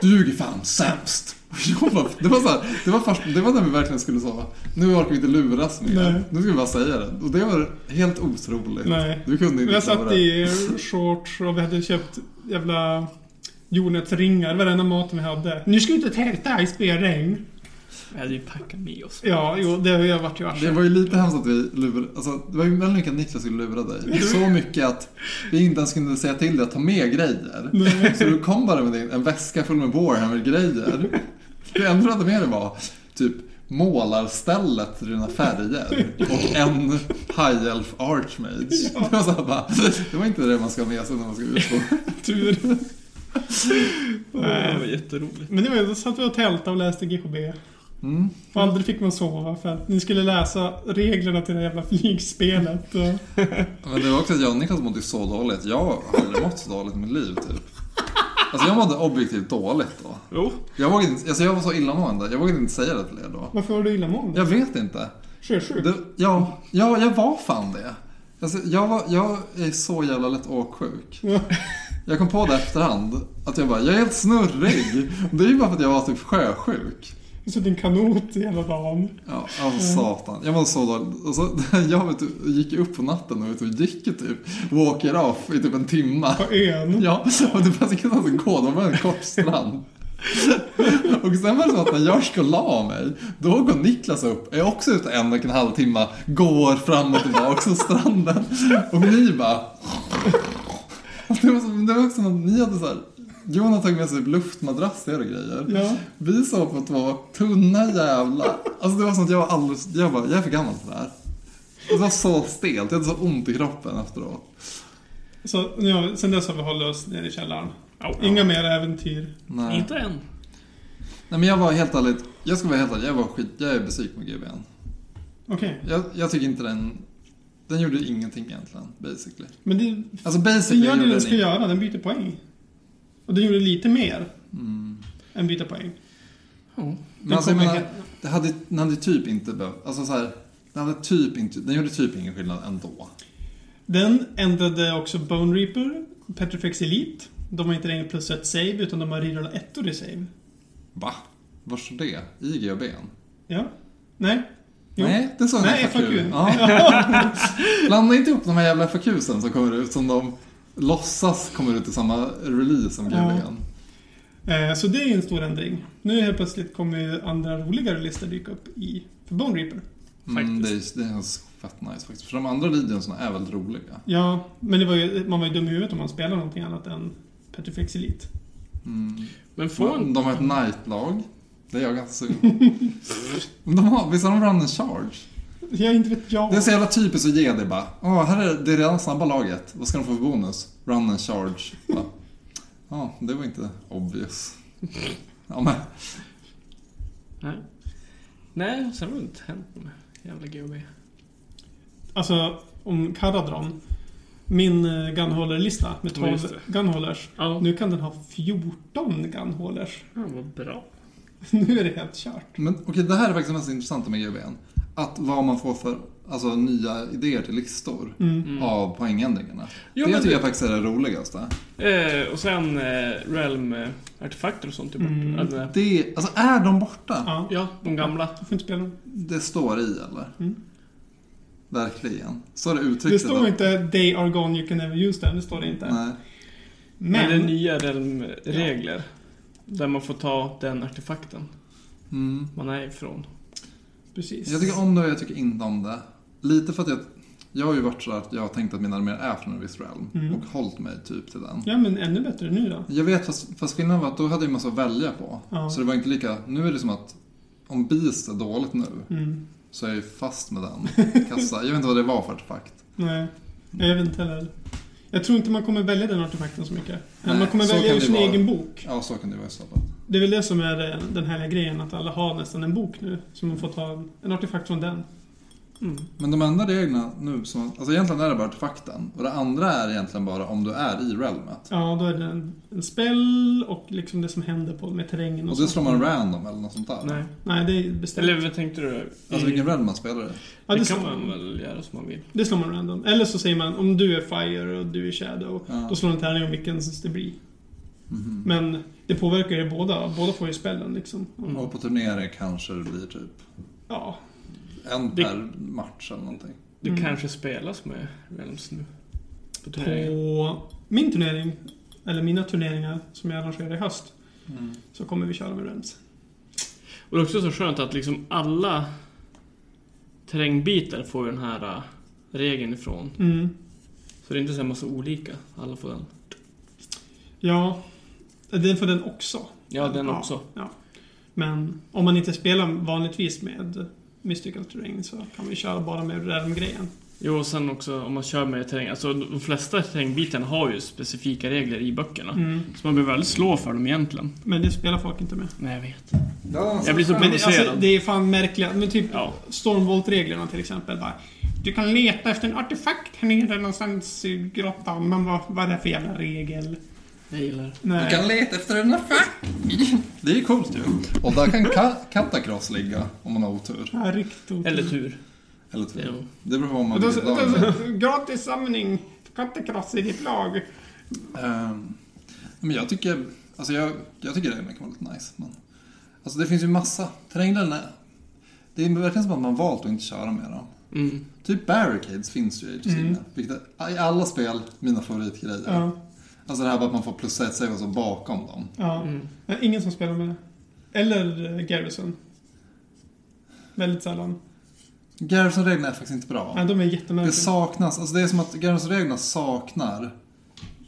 [SPEAKER 2] Du ljuger fan sämst. Och jag bara, det var så här, det var först, det var när vi verkligen skulle så, nu orkar vi inte luras mer.
[SPEAKER 3] Nej.
[SPEAKER 2] Nu ska vi bara säga det. Och det var helt otroligt.
[SPEAKER 3] Nej.
[SPEAKER 2] Du kunde inte
[SPEAKER 3] Jag
[SPEAKER 2] tro
[SPEAKER 3] satt
[SPEAKER 2] det.
[SPEAKER 3] i shorts och vi hade köpt jävla jordnötsringar, varenda mat vi hade. Nu ska vi inte tälta i spöregn.
[SPEAKER 4] Vi hade ju packat med oss.
[SPEAKER 3] Ja, jo, det har jag varit ju
[SPEAKER 2] Det
[SPEAKER 3] arslet.
[SPEAKER 2] var ju lite hemskt att vi lurade, alltså det var ju väldigt mycket att Niklas skulle lura dig. Så mycket att vi inte ens kunde säga till dig att ta med grejer. Så du kom bara med din, en väska full med Warhammer-grejer. Det enda du hade med dig var typ målarstället till dina färger och en High-Elf Archmage. Det var, så här bara, det var inte det man ska ha med sig när man ska ut på...
[SPEAKER 3] Tur.
[SPEAKER 4] Nej, det var jätteroligt.
[SPEAKER 3] Men det var, då satt vi och tältade och läste GHB.
[SPEAKER 2] Mm.
[SPEAKER 3] Och aldrig fick man sova för att ni skulle läsa reglerna till det jävla flygspelet. Och-
[SPEAKER 2] Men det var också att jag och Niklas mådde ju så dåligt. Jag har aldrig mått så dåligt i mitt liv typ. Alltså jag mådde objektivt dåligt då.
[SPEAKER 4] Jo.
[SPEAKER 2] Jag, vågade inte, alltså jag var så illamående, jag vågade inte säga det till er då.
[SPEAKER 3] Varför var du illamående?
[SPEAKER 2] Jag vet inte.
[SPEAKER 3] Sjösjuk?
[SPEAKER 2] Det, ja, ja, jag var fan det. Alltså, jag, var, jag är så jävla lätt åksjuk.
[SPEAKER 3] Ja.
[SPEAKER 2] Jag kom på det efterhand, att jag bara, jag är helt snurrig. Det är ju bara för att jag var typ sjösjuk.
[SPEAKER 3] Du satt i en kanot hela dagen.
[SPEAKER 2] Ja, av satan. Jag var så dålig. Och så, jag var ute- gick upp på natten och, ut och gick typ, walker off i typ en timme.
[SPEAKER 3] På ön.
[SPEAKER 2] Ja, och det fanns ingenstans att gå, det var en kort strand. Och sen var det så att när jag ska la mig, då går Niklas upp, är också ute en och en halv timme, går fram och tillbaka på stranden. Och ni bara... Alltså, Det var, så, det var också som att ni hade så här... Johan har tagit med sig luftmadrasser och grejer.
[SPEAKER 3] Ja.
[SPEAKER 2] Vi sov på två tunna jävla... Alltså det var som att jag var alldeles... Jag bara, jag är för gammal för det här. Och det var så stelt, jag hade så ont i kroppen efteråt.
[SPEAKER 3] Så ja, sen dess har vi hållit oss nere i källaren. Inga mer äventyr.
[SPEAKER 2] Nej.
[SPEAKER 4] Inte än.
[SPEAKER 2] Nej men jag var helt ärligt, jag ska vara helt ärlig, jag var skit, jag är besviken på GBN.
[SPEAKER 3] Okej.
[SPEAKER 2] Jag, jag tycker inte den, den gjorde ingenting egentligen, basically.
[SPEAKER 3] Men det,
[SPEAKER 2] Alltså
[SPEAKER 3] den
[SPEAKER 2] basically
[SPEAKER 3] gör det den ska
[SPEAKER 2] in-
[SPEAKER 3] göra, den byter poäng. Och den gjorde lite mer
[SPEAKER 2] Mm.
[SPEAKER 3] än byta poäng.
[SPEAKER 4] Ja.
[SPEAKER 2] Men alltså jag
[SPEAKER 3] kommer
[SPEAKER 2] menar,
[SPEAKER 3] helt-
[SPEAKER 2] det hade, den hade typ inte behövt, alltså så här, den hade typ inte, den gjorde typ ingen skillnad ändå.
[SPEAKER 3] Den ändrade också Bone Reaper, Petrifex Elite. De har inte längre plus ett save, utan de har rerollat ettor i save.
[SPEAKER 2] Va? Var står det? I GBN?
[SPEAKER 3] Ja. Nej. Jo.
[SPEAKER 2] Nej, det sa
[SPEAKER 3] Nej,
[SPEAKER 2] en FAQ.
[SPEAKER 3] FAQ.
[SPEAKER 2] Ja. Blanda inte ihop de här jävla FAQsen som kommer ut som de låtsas kommer ut i samma release som
[SPEAKER 3] Ja.
[SPEAKER 2] GBN.
[SPEAKER 3] Eh, Så det är ju en stor ändring. Nu helt plötsligt kommer ju andra roligare listor dyka upp i för Bone Reaper.
[SPEAKER 2] Mm, det, är, det känns fett nice faktiskt. För de andra videorna är väldigt roliga.
[SPEAKER 3] Ja, men det var ju, man var ju dum i huvudet om man spelade någonting annat än Petrifex Elite.
[SPEAKER 2] Mm.
[SPEAKER 4] Men får
[SPEAKER 2] Men
[SPEAKER 4] en...
[SPEAKER 2] De har ett nightlag. Det är jag ganska sugen på. Men de har, Visst har de run and charge?
[SPEAKER 3] Jag inte vet jag.
[SPEAKER 2] Det är så jävla typiskt att ge det bara. Åh, här är det redan snabba laget. Vad ska de få för bonus? Run and charge. Bara, Ja, det var inte obvious. Ja, men
[SPEAKER 4] Nej. Nej, sen har det inte hänt något med jävla GB.
[SPEAKER 3] Alltså, om Karadron. Min eh, gunholder-lista med
[SPEAKER 4] Ja,
[SPEAKER 3] 12
[SPEAKER 4] just det.
[SPEAKER 3] gunholders.
[SPEAKER 4] Ja.
[SPEAKER 3] Nu kan den ha 14 gunholders.
[SPEAKER 4] Ja, vad bra.
[SPEAKER 3] Nu är det helt kört.
[SPEAKER 2] Men okej, det här är faktiskt det mest intressanta med GBn. Att vad man får för alltså, nya idéer till listor
[SPEAKER 3] Mm.
[SPEAKER 2] av poängändringarna.
[SPEAKER 4] Mm. Jo,
[SPEAKER 2] det
[SPEAKER 4] men
[SPEAKER 2] tycker
[SPEAKER 4] det-
[SPEAKER 2] jag faktiskt är det roligaste.
[SPEAKER 4] Eh, och sen eh, Realm-artefakter och sånt är borta.
[SPEAKER 3] Mm.
[SPEAKER 4] Eller,
[SPEAKER 2] Det, alltså är de borta?
[SPEAKER 3] Ja.
[SPEAKER 4] Ja, de gamla.
[SPEAKER 3] Du får inte spela dem.
[SPEAKER 2] Det står i eller?
[SPEAKER 3] Mm.
[SPEAKER 2] Verkligen. Så är det uttryckt
[SPEAKER 3] Det står inte “They are gone, you can never use them”. Det står det inte.
[SPEAKER 2] Nej.
[SPEAKER 4] Men det är
[SPEAKER 3] Men...
[SPEAKER 4] nya Realm-regler. Där man får ta den artefakten
[SPEAKER 2] Mm.
[SPEAKER 4] man är ifrån.
[SPEAKER 3] Precis.
[SPEAKER 2] Jag tycker om det och jag tycker inte om det. Lite för att jag, jag har ju varit så att jag har tänkt att mina arméer är från en viss realm
[SPEAKER 3] Mm.
[SPEAKER 2] och hållit mig typ till den.
[SPEAKER 3] Ja, men ännu bättre nu då.
[SPEAKER 2] Jag vet, fast, fast skillnaden var att då hade jag en massa att välja på.
[SPEAKER 3] Ja.
[SPEAKER 2] Så det var inte lika... Nu är det som att om Beast är dåligt nu
[SPEAKER 3] Mm.
[SPEAKER 2] så är jag ju fast med den kassa. Jag vet inte vad det var för artefakt.
[SPEAKER 3] Nej, jag vet inte heller. Jag tror inte man kommer välja den artefakten så mycket.
[SPEAKER 2] Nej,
[SPEAKER 3] man kommer
[SPEAKER 2] så
[SPEAKER 3] välja
[SPEAKER 2] kan
[SPEAKER 3] ur
[SPEAKER 2] det
[SPEAKER 3] sin
[SPEAKER 2] vara.
[SPEAKER 3] egen bok.
[SPEAKER 2] Ja, så kan det vara i så fall.
[SPEAKER 3] Det är väl det som är eh, den härliga grejen, att alla har nästan en bok nu. Så man får ta en, en artefakt från den.
[SPEAKER 4] Mm.
[SPEAKER 2] Men de enda reglerna nu, som, alltså egentligen är det bara artefakten. Och det andra är egentligen bara om du är i realmet.
[SPEAKER 3] Ja, då är det en, en spell och liksom det som händer på, med terrängen och,
[SPEAKER 2] Och det
[SPEAKER 3] så.
[SPEAKER 2] slår man random eller något sånt där.
[SPEAKER 4] Nej.
[SPEAKER 3] Nej, det är bestämt.
[SPEAKER 4] Eller vad tänkte du?
[SPEAKER 2] Alltså vilken realm man spelar i.
[SPEAKER 3] ja, det,
[SPEAKER 4] det
[SPEAKER 3] slår,
[SPEAKER 4] kan man väl göra som man vill.
[SPEAKER 3] det slår man random. Eller så säger man om du är fire och du är shadow.
[SPEAKER 2] Ja.
[SPEAKER 3] Då slår man tärning om vilken det blir.
[SPEAKER 2] Mhm.
[SPEAKER 3] Men det påverkar ju båda. Båda får ju spellen liksom.
[SPEAKER 4] Mm.
[SPEAKER 2] Och på turnering kanske det blir typ
[SPEAKER 3] Ja,
[SPEAKER 2] en
[SPEAKER 4] Det-
[SPEAKER 2] per match eller någonting.
[SPEAKER 4] Det
[SPEAKER 3] Mm.
[SPEAKER 4] kanske spelas med Realms nu. På turneringen.
[SPEAKER 3] På min turnering, eller mina turneringar som jag arrangerar i höst,
[SPEAKER 2] Mm.
[SPEAKER 3] så kommer vi köra med Rems.
[SPEAKER 4] Och det är också så skönt att liksom alla terrängbitar får ju den här äh, regeln ifrån.
[SPEAKER 3] Mm.
[SPEAKER 4] Så det är inte så här massa olika. Alla får den.
[SPEAKER 3] Ja, den får den också.
[SPEAKER 4] Ja, den också.
[SPEAKER 3] Ja. Men om man inte spelar vanligtvis med Mystical Terrain så kan man ju köra bara med Realm-grejen.
[SPEAKER 4] Jo, och sen också om man kör med terräng. Alltså de flesta terrängbitarna har ju specifika regler i böckerna.
[SPEAKER 3] Mm.
[SPEAKER 4] Så man behöver aldrig slå för dem egentligen.
[SPEAKER 3] Men det spelar folk inte med.
[SPEAKER 4] Nej, jag vet.
[SPEAKER 2] Ja,
[SPEAKER 4] Jag blir så
[SPEAKER 3] Men det, alltså,
[SPEAKER 4] provocerad.
[SPEAKER 3] det är fan märkliga, men typ
[SPEAKER 4] Ja.
[SPEAKER 3] Stormvolt-reglerna till exempel. Bara, du kan leta efter en artefakt här nere någonstans i grottan, men vad, vad är det för jävla regel?
[SPEAKER 4] Jag gillar det.
[SPEAKER 3] Nej.
[SPEAKER 2] Du kan leta efter en affär. Det är ju coolt ju. Och där kan ka- Katakross ligga om man har otur.
[SPEAKER 3] Ja, riktigt otroligt.
[SPEAKER 4] Eller typ- tur.
[SPEAKER 2] Eller
[SPEAKER 4] Jo.
[SPEAKER 2] tur. Det beror på vad man
[SPEAKER 3] Och då,
[SPEAKER 2] vill.
[SPEAKER 3] då,
[SPEAKER 2] idag.
[SPEAKER 3] då, gratis samling. Du kan inte krossa i ditt lag.
[SPEAKER 2] Ehm, men jag tycker, alltså jag, jag tycker det kan vara lite nice. Men, alltså det finns ju massa. Terränglen är, det är verkligen som att man valt att inte köra med dem.
[SPEAKER 4] Mm.
[SPEAKER 2] Typ barricades finns ju i Age of Sigmar, vilket är, i alla spel mina favoritgrejer.
[SPEAKER 3] Mm. Ja,
[SPEAKER 2] Alltså det här med att man får plus ett save och så bakom dem.
[SPEAKER 3] ja.
[SPEAKER 4] Mm.
[SPEAKER 3] Men Ingen som spelar med det. Eller eh, Garrison. Väldigt sällan.
[SPEAKER 2] Garrison-reglerna är faktiskt inte bra.
[SPEAKER 3] Nej, de är
[SPEAKER 2] Det
[SPEAKER 3] jättemärkliga.
[SPEAKER 2] saknas, alltså det är som att Garrison-reglerna saknar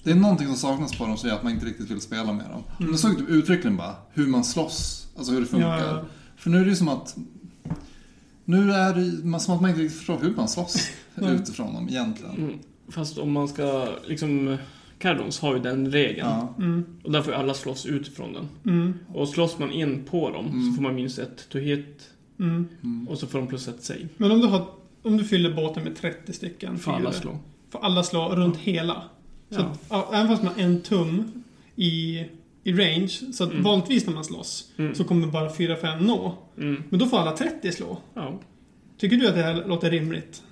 [SPEAKER 2] det är någonting som saknas på dem som gör att man inte riktigt vill spela med dem. Men jag såg typ uttryckligen bara hur man slåss, alltså hur det funkar.
[SPEAKER 3] Mm. Ja, ja.
[SPEAKER 2] För nu är det ju som att nu är det man- som att man inte riktigt förstår hur man slåss
[SPEAKER 3] Nej.
[SPEAKER 2] utifrån dem egentligen.
[SPEAKER 4] Mm. Fast om man ska liksom... Cardons har ju den regeln.
[SPEAKER 2] Ja.
[SPEAKER 3] Mm,
[SPEAKER 4] Och där får ju alla slåss utifrån den.
[SPEAKER 3] mm,
[SPEAKER 4] Och slåss man in på dem så får man minst ett to hit
[SPEAKER 3] mm.
[SPEAKER 2] Mm.
[SPEAKER 4] och så får de plus ett save.
[SPEAKER 3] Men om du, har, om du fyller båten med 30 stycken
[SPEAKER 4] Får alla
[SPEAKER 3] figurer,
[SPEAKER 4] slå.
[SPEAKER 3] Får alla slå runt hela. Så
[SPEAKER 4] Ja.
[SPEAKER 3] att, ja, även fast man har en tum i, i range, så att
[SPEAKER 4] Mm.
[SPEAKER 3] vanligtvis när man slåss
[SPEAKER 4] Mm.
[SPEAKER 3] så kommer bara 4-5 nå.
[SPEAKER 4] Mm.
[SPEAKER 3] Men då får alla 30 slå.
[SPEAKER 4] Ja.
[SPEAKER 3] Tycker du att det här låter rimligt?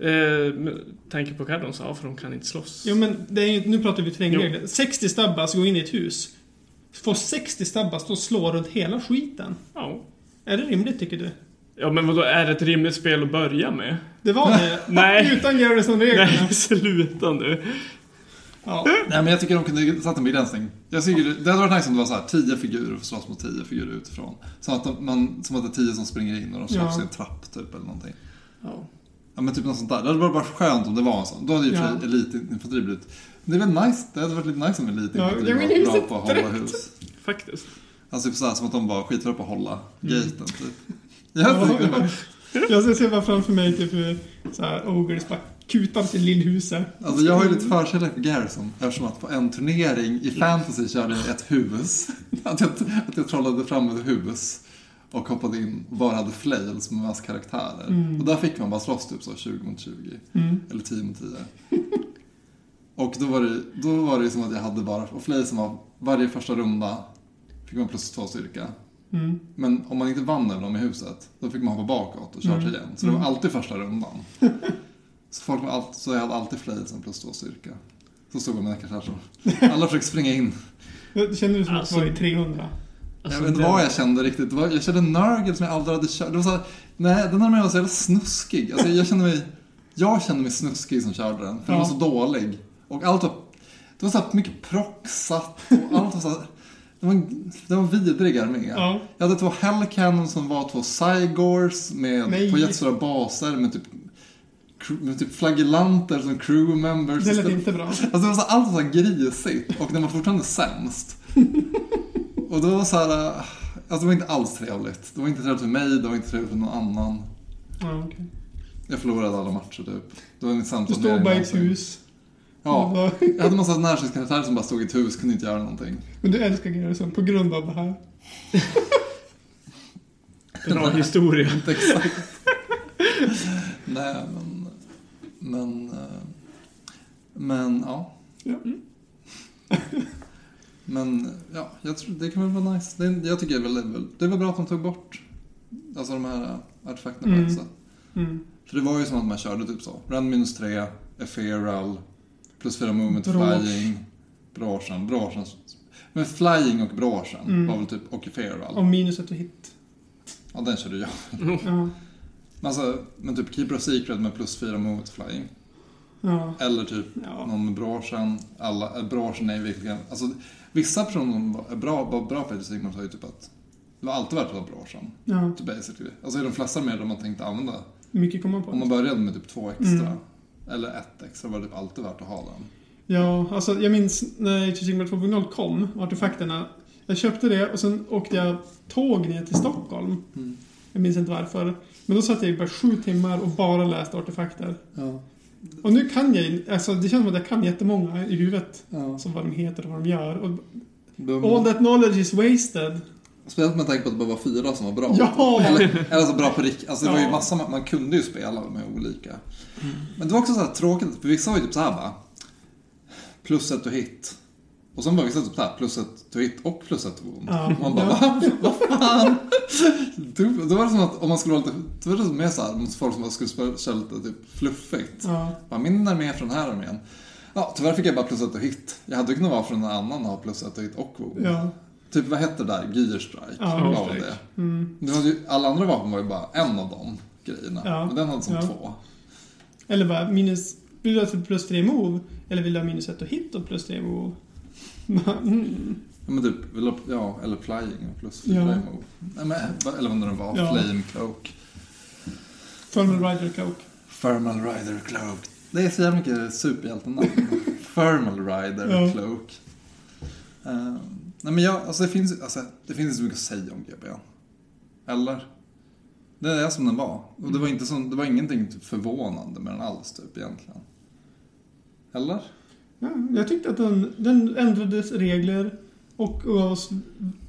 [SPEAKER 4] Eh, med tanke på Cardons, ja för de kan inte slåss.
[SPEAKER 3] Jo men det är ju, nu pratar vi terrängregler. 60 stabbas, gå in i ett hus. Får 60 stabbas, då slår runt hela skiten.
[SPEAKER 4] Ja.
[SPEAKER 3] Är det rimligt tycker du?
[SPEAKER 4] ja, men vadå, är det ett rimligt spel att börja med?
[SPEAKER 3] Det var det.
[SPEAKER 4] Nej.
[SPEAKER 3] Utan Garrison-reglerna.
[SPEAKER 4] Nej, sluta nu.
[SPEAKER 3] Ja.
[SPEAKER 2] Nej, men jag tycker de kunde satt en begränsning. Jag tycker, det hade varit nice om det var så här, tio figurer och slåss mot tio figurer utifrån. Så att de, man, som att det är tio som springer in och de slåss
[SPEAKER 3] Ja.
[SPEAKER 2] i en trapp typ eller någonting.
[SPEAKER 4] Ja.
[SPEAKER 2] Ja men typ något sånt där. Det hade varit bara skönt om det var en sån. Då hade ju ja.
[SPEAKER 3] Ja.
[SPEAKER 2] elitinfanteri blivit... Det är väl nice. Det hade varit lite nice om elitinfanteri
[SPEAKER 3] Ja, jag menar,
[SPEAKER 2] var bra
[SPEAKER 3] huset
[SPEAKER 2] på att hålla hus.
[SPEAKER 4] Faktiskt.
[SPEAKER 2] Alltså typ såhär som att de bara skiter på att hålla
[SPEAKER 3] Mm.
[SPEAKER 2] gaten typ.
[SPEAKER 3] Ja.
[SPEAKER 2] Jag tycker det. var-
[SPEAKER 3] Jag ser- ser bara framför mig typ hur så här, Ogres bara kutar till lillhuset.
[SPEAKER 2] Alltså jag har ju lite förkärlek för Garrison eftersom att på en turnering i fantasy körde jag ett hus. Att jag, att jag trollade fram ett hus och hoppade in och bara hade flails med massa karaktärer. Och där fick man bara slåss typ så 20 mot 20.
[SPEAKER 3] Mm.
[SPEAKER 2] Eller 10 mot 10. Och då var, det, då var det ju som att jag hade bara, och flailsen var varje första runda fick man plus två styrka.
[SPEAKER 3] Mm.
[SPEAKER 2] Men om man inte vann över dem i huset, då fick man hoppa bakåt och köra
[SPEAKER 3] Mm.
[SPEAKER 2] igen. Så det var alltid första rundan. så, folk var allt, så jag hade alltid flail som plus två styrka. Så stod jag med mina karaktärer så. Alla försökte springa in.
[SPEAKER 3] Det kändes som att
[SPEAKER 4] Alltså-
[SPEAKER 3] det var i 300.
[SPEAKER 2] jag vet inte vad jag kände riktigt. Det var, jag kände Nurgle som jag aldrig hade kört. Det var så här, nej, den här med var så jävla snuskig. Alltså, jag kände mig, jag kände mig snuskig som körde den. För den var
[SPEAKER 3] Ja.
[SPEAKER 2] så dålig. Och allt var, det var så här mycket proxat och allt var så här, det var, en- det var en vidrig armé.
[SPEAKER 3] Ja.
[SPEAKER 2] Jag hade två Hellcannon som var två Cygors med,
[SPEAKER 3] Nej.
[SPEAKER 2] på jättestora baser med typ, cr- med typ flagellanter som crew members.
[SPEAKER 3] Det lät
[SPEAKER 2] istället-
[SPEAKER 3] inte bra.
[SPEAKER 2] Alltså det var så, allt var så här grisigt och den var fortfarande sämst. och då var det så här, äh, alltså det var inte alls trevligt. Det var inte trevligt för mig, det var inte trevligt för någon annan.
[SPEAKER 3] Ja, okej.
[SPEAKER 2] Jag förlorade alla matcher typ. Det var en
[SPEAKER 3] Du
[SPEAKER 2] samtal
[SPEAKER 3] står bara i ett hus.
[SPEAKER 2] Ja.
[SPEAKER 3] Och bara-
[SPEAKER 2] Jag hade en massa närsynskaraktärer som bara stod i ett hus, kunde inte göra någonting.
[SPEAKER 3] Men du älskar Garrison på grund av det här.
[SPEAKER 4] Bra historia.
[SPEAKER 2] Inte exakt. Nej, men... Men... eh, Men, ja.
[SPEAKER 3] Ja.
[SPEAKER 2] Men, ja, jag tror det kan väl vara nice. Det, är- jag tycker väl det är väl... Det är väl bra att de tog bort alltså de här eh, artefakterna
[SPEAKER 3] Mm.
[SPEAKER 2] på ett sätt.
[SPEAKER 3] Mm.
[SPEAKER 2] För det var ju som att man körde typ så. Rand minus 3, Eferal, plus 4 movement
[SPEAKER 3] Brosch.
[SPEAKER 2] flying, Brorsan, Brorsan. Men flying och Brorsan
[SPEAKER 3] Mm.
[SPEAKER 2] var väl typ, och Eferal.
[SPEAKER 3] Och minuset och hit.
[SPEAKER 2] Ja, den körde jag.
[SPEAKER 3] Ja.
[SPEAKER 2] Men Alltså, men typ Keeper of Secret med plus 4 movement flying.
[SPEAKER 3] Ja.
[SPEAKER 2] Eller typ
[SPEAKER 3] ja.
[SPEAKER 2] någon med broschen. Alla, äh, broschen är verkligen... Alltså, vissa personer som var bra, var bra på Edge Sigmar sa ju typ att det var alltid värt att ha broschen.
[SPEAKER 3] ja.
[SPEAKER 2] Typ basically. Alltså i de flesta mer de man tänkte använda.
[SPEAKER 3] Mycket kommer man på.
[SPEAKER 2] Om man började med typ två extra.
[SPEAKER 3] Mm.
[SPEAKER 2] Eller ett extra var det typ alltid värt att ha den.
[SPEAKER 3] Ja, alltså jag minns när Chichigma 2.0 kom, och artefakterna. Jag köpte det och sen åkte jag tåg ner till Stockholm.
[SPEAKER 2] Mm.
[SPEAKER 3] Jag minns inte varför. Men då satt jag i bara sju timmar och bara läste artefakter.
[SPEAKER 2] Ja,
[SPEAKER 3] Och nu kan jag alltså det känns som att jag kan jättemånga i huvudet.
[SPEAKER 2] ja. Mm.
[SPEAKER 3] Som vad de heter och vad de gör. Och all
[SPEAKER 2] De,
[SPEAKER 3] that knowledge is wasted.
[SPEAKER 2] speciellt med tanke på att det bara var fyra som var bra.
[SPEAKER 3] Ja!
[SPEAKER 2] Eller, eller så bra på riktigt. Alltså det var ju
[SPEAKER 3] Ja.
[SPEAKER 2] massa, man man kunde ju spela med olika. Men det var också så här tråkigt, för vissa var ju typ så här va. Plus ett och hit. Och sen var vissa typ så här, plus ett to hit och plus ett to wound.
[SPEAKER 3] Ja.
[SPEAKER 2] Man bara, va? Vad fan? Du, då var det som att om man skulle vara lite, då var det som mer så här, mot folk som bara skulle spela- köra lite typ fluffigt.
[SPEAKER 3] Ja.
[SPEAKER 2] Bara, min armé är från den här armén. Ja, tyvärr fick jag bara plus ett och hit. Jag hade ju kunnat vara från en annan och ha plus ett och hit och wound.
[SPEAKER 3] Ja.
[SPEAKER 2] Typ vad hette det där? Gearstrike?
[SPEAKER 3] Ja,
[SPEAKER 2] Vad
[SPEAKER 4] Gearstrike.
[SPEAKER 2] det?
[SPEAKER 3] Mm.
[SPEAKER 2] Det var ju, alla andra vapen var ju bara en av de grejerna.
[SPEAKER 3] Ja.
[SPEAKER 2] Men den hade som
[SPEAKER 3] Ja.
[SPEAKER 2] två.
[SPEAKER 3] Eller bara minus... Vill du ha till plus tre move? Eller vill du ha minus ett och hit och plus tre move? Mm.
[SPEAKER 2] Ja, men typ, eller- ja, eller flying och plus fyra
[SPEAKER 3] Ja.
[SPEAKER 2] i move. Nej, men, eller vad det nu var.
[SPEAKER 3] Ja.
[SPEAKER 2] Flame cloak.
[SPEAKER 3] Thermal Rider Cloak.
[SPEAKER 2] Thermal rider cloak. Det är så jävla mycket superhjältenamn. Thermal rider
[SPEAKER 3] Ja.
[SPEAKER 2] cloak. Ehm, nej men jag, alltså det finns alltså, det finns inte så mycket att säga om GBN. Eller? Det är som den var. Och det var, inte som, det var ingenting typ förvånande med den alls typ egentligen. Eller?
[SPEAKER 3] Ja, jag tyckte att den, den ändrades regler och gav oss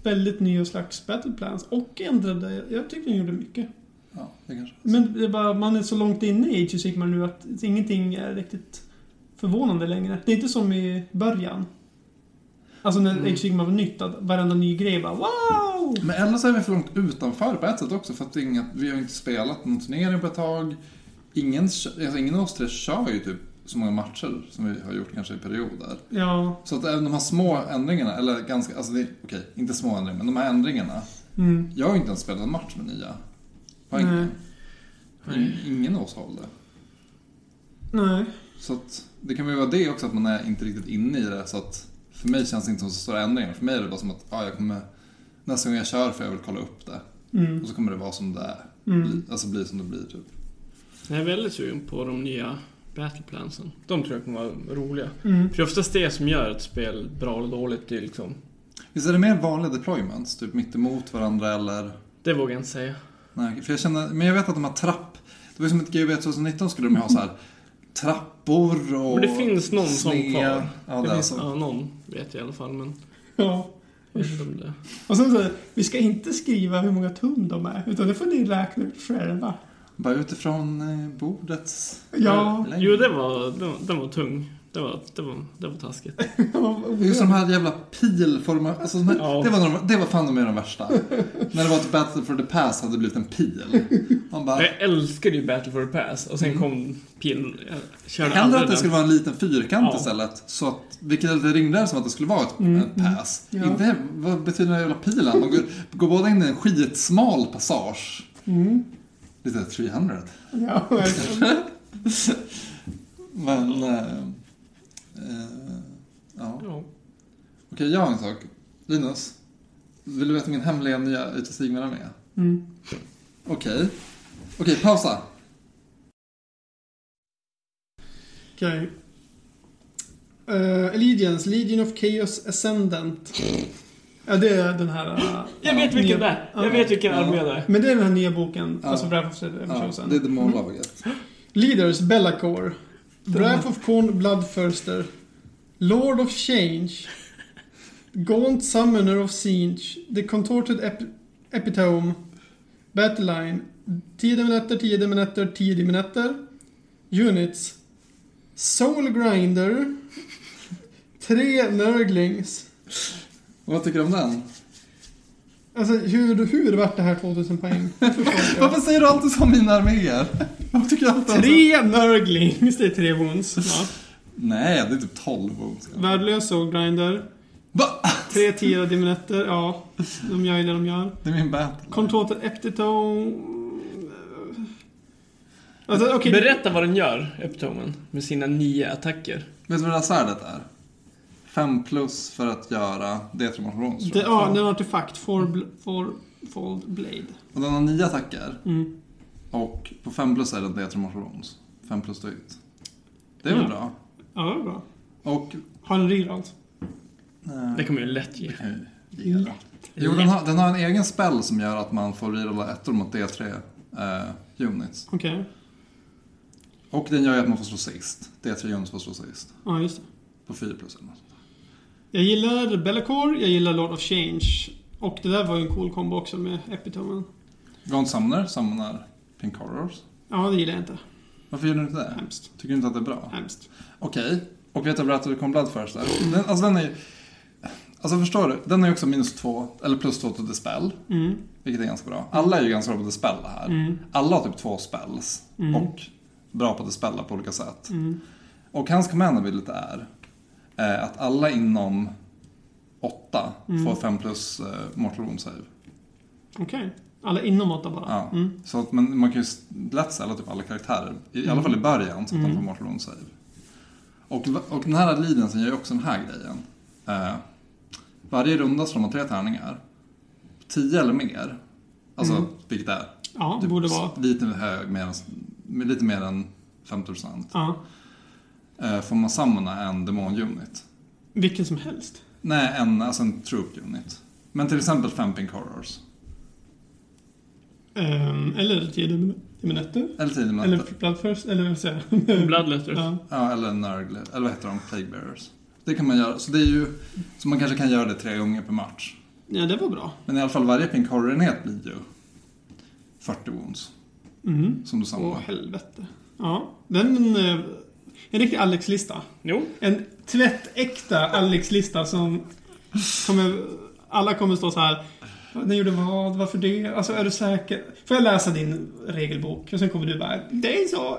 [SPEAKER 3] väldigt nya slags battleplans och ändrade, jag tyckte den gjorde mycket.
[SPEAKER 2] Ja, det kanske var så.
[SPEAKER 3] Men det är bara, man är så långt inne i Age of Sigmar nu att ingenting är riktigt förvånande längre. Det är inte som i början. Alltså när
[SPEAKER 4] Mm.
[SPEAKER 3] Age of Sigmar var nytt, att varenda ny grej bara wow!
[SPEAKER 2] Men eller så är vi för långt utanför på ett sätt också för att det är inget, vi har inte spelat någon turnering på ett tag. Ingen, kö- alltså ingen av oss tre kör ju typ så många matcher som vi har gjort kanske i perioder.
[SPEAKER 3] Ja,
[SPEAKER 2] Så att även de här små ändringarna, eller ganska, alltså det, okej, inte små ändringar, men de här ändringarna.
[SPEAKER 3] mm,
[SPEAKER 2] Jag har ju inte ens spelat en match med nya poängen.
[SPEAKER 3] Nej.
[SPEAKER 2] Ingen, ingen av oss har väl det.
[SPEAKER 3] Nej.
[SPEAKER 2] Så att det kan väl vara det också att man är inte riktigt inne i det. Så att för mig känns det inte som så stora ändringar. För mig är det bara som att ja, jag kommer, nästa gång jag kör får jag väl kolla upp det.
[SPEAKER 3] Mm.
[SPEAKER 2] Och så kommer det vara som det är.
[SPEAKER 3] Mm.
[SPEAKER 2] Alltså bli som det blir typ.
[SPEAKER 4] Jag är väldigt sugen på de nya Battleplansen. De tror jag kommer vara roliga.
[SPEAKER 3] Mm.
[SPEAKER 4] För det är oftast det som gör ett spel bra eller dåligt. Det, är liksom,
[SPEAKER 2] Visst är det mer vanliga deployments? Typ mitt emot varandra eller?
[SPEAKER 4] det vågar jag inte säga.
[SPEAKER 2] Nej, för jag känner, men jag vet att de har trapp. Det var ju som ett GB 2019 skulle de ha så här trappor och
[SPEAKER 4] Men det finns någon som
[SPEAKER 2] snea.
[SPEAKER 4] kvar.
[SPEAKER 2] Ja, det,
[SPEAKER 4] det
[SPEAKER 2] är
[SPEAKER 4] finns,
[SPEAKER 2] så.
[SPEAKER 4] ja, någon vet jag i alla fall, men
[SPEAKER 3] Ja.
[SPEAKER 4] jag vet inte om det.
[SPEAKER 3] Och sen så, här, vi ska inte skriva hur många tum de är, utan det får ni räkna ut själva.
[SPEAKER 2] Bara utifrån eh, bordets...
[SPEAKER 3] Ja,
[SPEAKER 2] längd.
[SPEAKER 4] Jo, det var, det var, den var tung. Det var, det var, det var taskigt.
[SPEAKER 2] Just de här jävla pilforma... Alltså, såna här,
[SPEAKER 4] Ja.
[SPEAKER 2] det, var de, det var fan de är de värsta. När det var att Battle for the Pass hade blivit en pil. Man bara...
[SPEAKER 4] Jag älskade ju Battle for the Pass och sen kom pilen. Jag körde
[SPEAKER 2] Hellre
[SPEAKER 4] aldrig
[SPEAKER 2] Mm. att det
[SPEAKER 4] den.
[SPEAKER 2] skulle vara en liten fyrkant
[SPEAKER 4] Ja.
[SPEAKER 2] istället. Så att, vilket det ringde som att det skulle vara ett en pass.
[SPEAKER 3] Mm. Ja.
[SPEAKER 2] Inte, vad betyder den här jävla pilen? De går, går båda in i en skitsmal passage.
[SPEAKER 3] Mm.
[SPEAKER 2] Lite 300.
[SPEAKER 3] Ja, verkligen.
[SPEAKER 2] Men... Eh, eh, ja.
[SPEAKER 4] Ja.
[SPEAKER 2] Okej, jag har en sak. Linus, vill du veta min hemliga nya utestigmararmé?
[SPEAKER 3] Mm.
[SPEAKER 2] Okej. Okej, pausa.
[SPEAKER 3] Okej. Eh, Allegiance, Legion of Chaos Ascendant. Ja, det är den här... eh,
[SPEAKER 4] Jag vet vilken det är! Jag vet vilken armé det är.
[SPEAKER 3] Men det är den här nya boken,
[SPEAKER 2] Ja.
[SPEAKER 3] alltså Breath of the Evolution.
[SPEAKER 2] Ja, det är
[SPEAKER 3] Mm.
[SPEAKER 2] demonlaget.
[SPEAKER 3] Leaders, Bellacore. Breath of Corn, Bloodthirster. Lord of Change. Gaunt Summoner of Siege. The Contorted Ep Epitome. Battleline. 10 demonetter, 10 demonetter, 10 demonetter. Units. Soul Grinder. Tre Nurglings.
[SPEAKER 2] Och vad tycker du om den?
[SPEAKER 3] Alltså hur, hur vart det här 2000 poäng? Jag förstår inte.
[SPEAKER 2] Varför säger du alltid så om mina arméer? Vad tycker du alltid om så?
[SPEAKER 3] Tre Nurglings, det är tre wounds. Ja.
[SPEAKER 2] Nej, det är typ 12 wounds.
[SPEAKER 3] Värdelös Soul Grinder.
[SPEAKER 2] Va?
[SPEAKER 3] Tre tiorade diminuter, ja. De gör ju det de gör.
[SPEAKER 2] Det är min battle.
[SPEAKER 3] Contorted Eptitone... Alltså okej,
[SPEAKER 4] Berätta vad den gör, Epitomen, med sina nio attacker.
[SPEAKER 2] Vet du vad det här svärdet är? 5 plus för att göra detramotion.
[SPEAKER 3] det, ja, det är en artefakt. Four, bl- four fold blade.
[SPEAKER 2] Och den har 9 attacker.
[SPEAKER 3] Mm.
[SPEAKER 2] Och på 5 plus är det detramotion. 5 plus drygt. Det är väl
[SPEAKER 3] Ja.
[SPEAKER 2] bra?
[SPEAKER 3] Ja, det är bra.
[SPEAKER 2] Och... eh,
[SPEAKER 3] Har en reroll.
[SPEAKER 2] Nej.
[SPEAKER 4] Det kommer jag lätt ge.
[SPEAKER 3] Mm.
[SPEAKER 2] Ja. Jo, den har, den har en egen spell som gör att man får rerolla ettor mot D3 eh, units.
[SPEAKER 3] Okej.
[SPEAKER 2] Och den gör ju att man får slå sist. D3 units får slå sist.
[SPEAKER 3] Ja, just det.
[SPEAKER 2] På 4 plus eller något.
[SPEAKER 3] Jag gillar Bellacore, jag gillar Lord of Change. Och det där var ju en cool kombo också med Epitomen.
[SPEAKER 2] Gaunt Summoner samlar Pink Horrors.
[SPEAKER 3] Ja, det gillar jag inte.
[SPEAKER 2] Varför gör du inte det?
[SPEAKER 3] Hemskt.
[SPEAKER 2] Tycker du inte att det är bra?
[SPEAKER 3] Hemskt.
[SPEAKER 2] Okej. Och vet du vad Rattle Con Blood först är? Den, alltså den är ju... Alltså förstår du? Den är ju också minus två, eller plus två till dispel.
[SPEAKER 3] Mm.
[SPEAKER 2] Vilket är ganska bra. Alla är ju ganska bra på dispel det här.
[SPEAKER 3] Mm.
[SPEAKER 2] Alla har typ två spells.
[SPEAKER 3] Mm.
[SPEAKER 2] Och bra på att dispella på olika sätt.
[SPEAKER 3] Mm.
[SPEAKER 2] Och hans command ability är eh, att alla inom åtta
[SPEAKER 3] Mm.
[SPEAKER 2] får 5 plus eh, mortal wound save.
[SPEAKER 3] Okej. Alla inom åtta bara.
[SPEAKER 2] Ja.
[SPEAKER 3] Mm.
[SPEAKER 2] Så att man, man kan ju s- lätt ställa typ alla karaktärer, i
[SPEAKER 3] Mm.
[SPEAKER 2] alla fall i början, så att de får mortal wound save. Och, va- och den här lidensen gör ju också den här grejen. Eh, varje runda slår man tre tärningar. Tio eller mer, alltså vilket är
[SPEAKER 3] Mm.
[SPEAKER 2] typ
[SPEAKER 3] Ja, det borde vara.
[SPEAKER 2] lite, hög, mer än, lite mer än 50%
[SPEAKER 3] Ja.
[SPEAKER 2] eh, får man samla en demon-unit.
[SPEAKER 3] Vilken som helst.
[SPEAKER 2] Nej, en, alltså en troop-unit. Men till exempel fem pink horrors.
[SPEAKER 3] Ehm, eller 10 minuter.
[SPEAKER 2] Eller tio
[SPEAKER 3] Eller
[SPEAKER 2] minuter.
[SPEAKER 3] Bloodthirst, eller vad säger
[SPEAKER 4] Mm. Bloodletters.
[SPEAKER 3] jag?
[SPEAKER 2] Ja, eller Nurgle, eller vad heter de? Plague Bearers. Det kan man göra. Så det är ju, så man kanske kan göra det tre gånger per match.
[SPEAKER 3] Ja, det var bra.
[SPEAKER 2] Men i alla fall varje Pink Horror-enhet blir ju 40 wounds.
[SPEAKER 3] Mm.
[SPEAKER 2] Som du
[SPEAKER 3] Åh,
[SPEAKER 2] samlar.
[SPEAKER 3] helvete. Ja, den... eh, En riktig Alex-lista.
[SPEAKER 4] Jo,
[SPEAKER 3] En tvättäkta Alex-lista som kommer... Alla kommer stå så här. Ni gjorde vad? Varför det? Alltså, är du säker? Får jag läsa din regelbok? Och sen kommer du bara, det är så.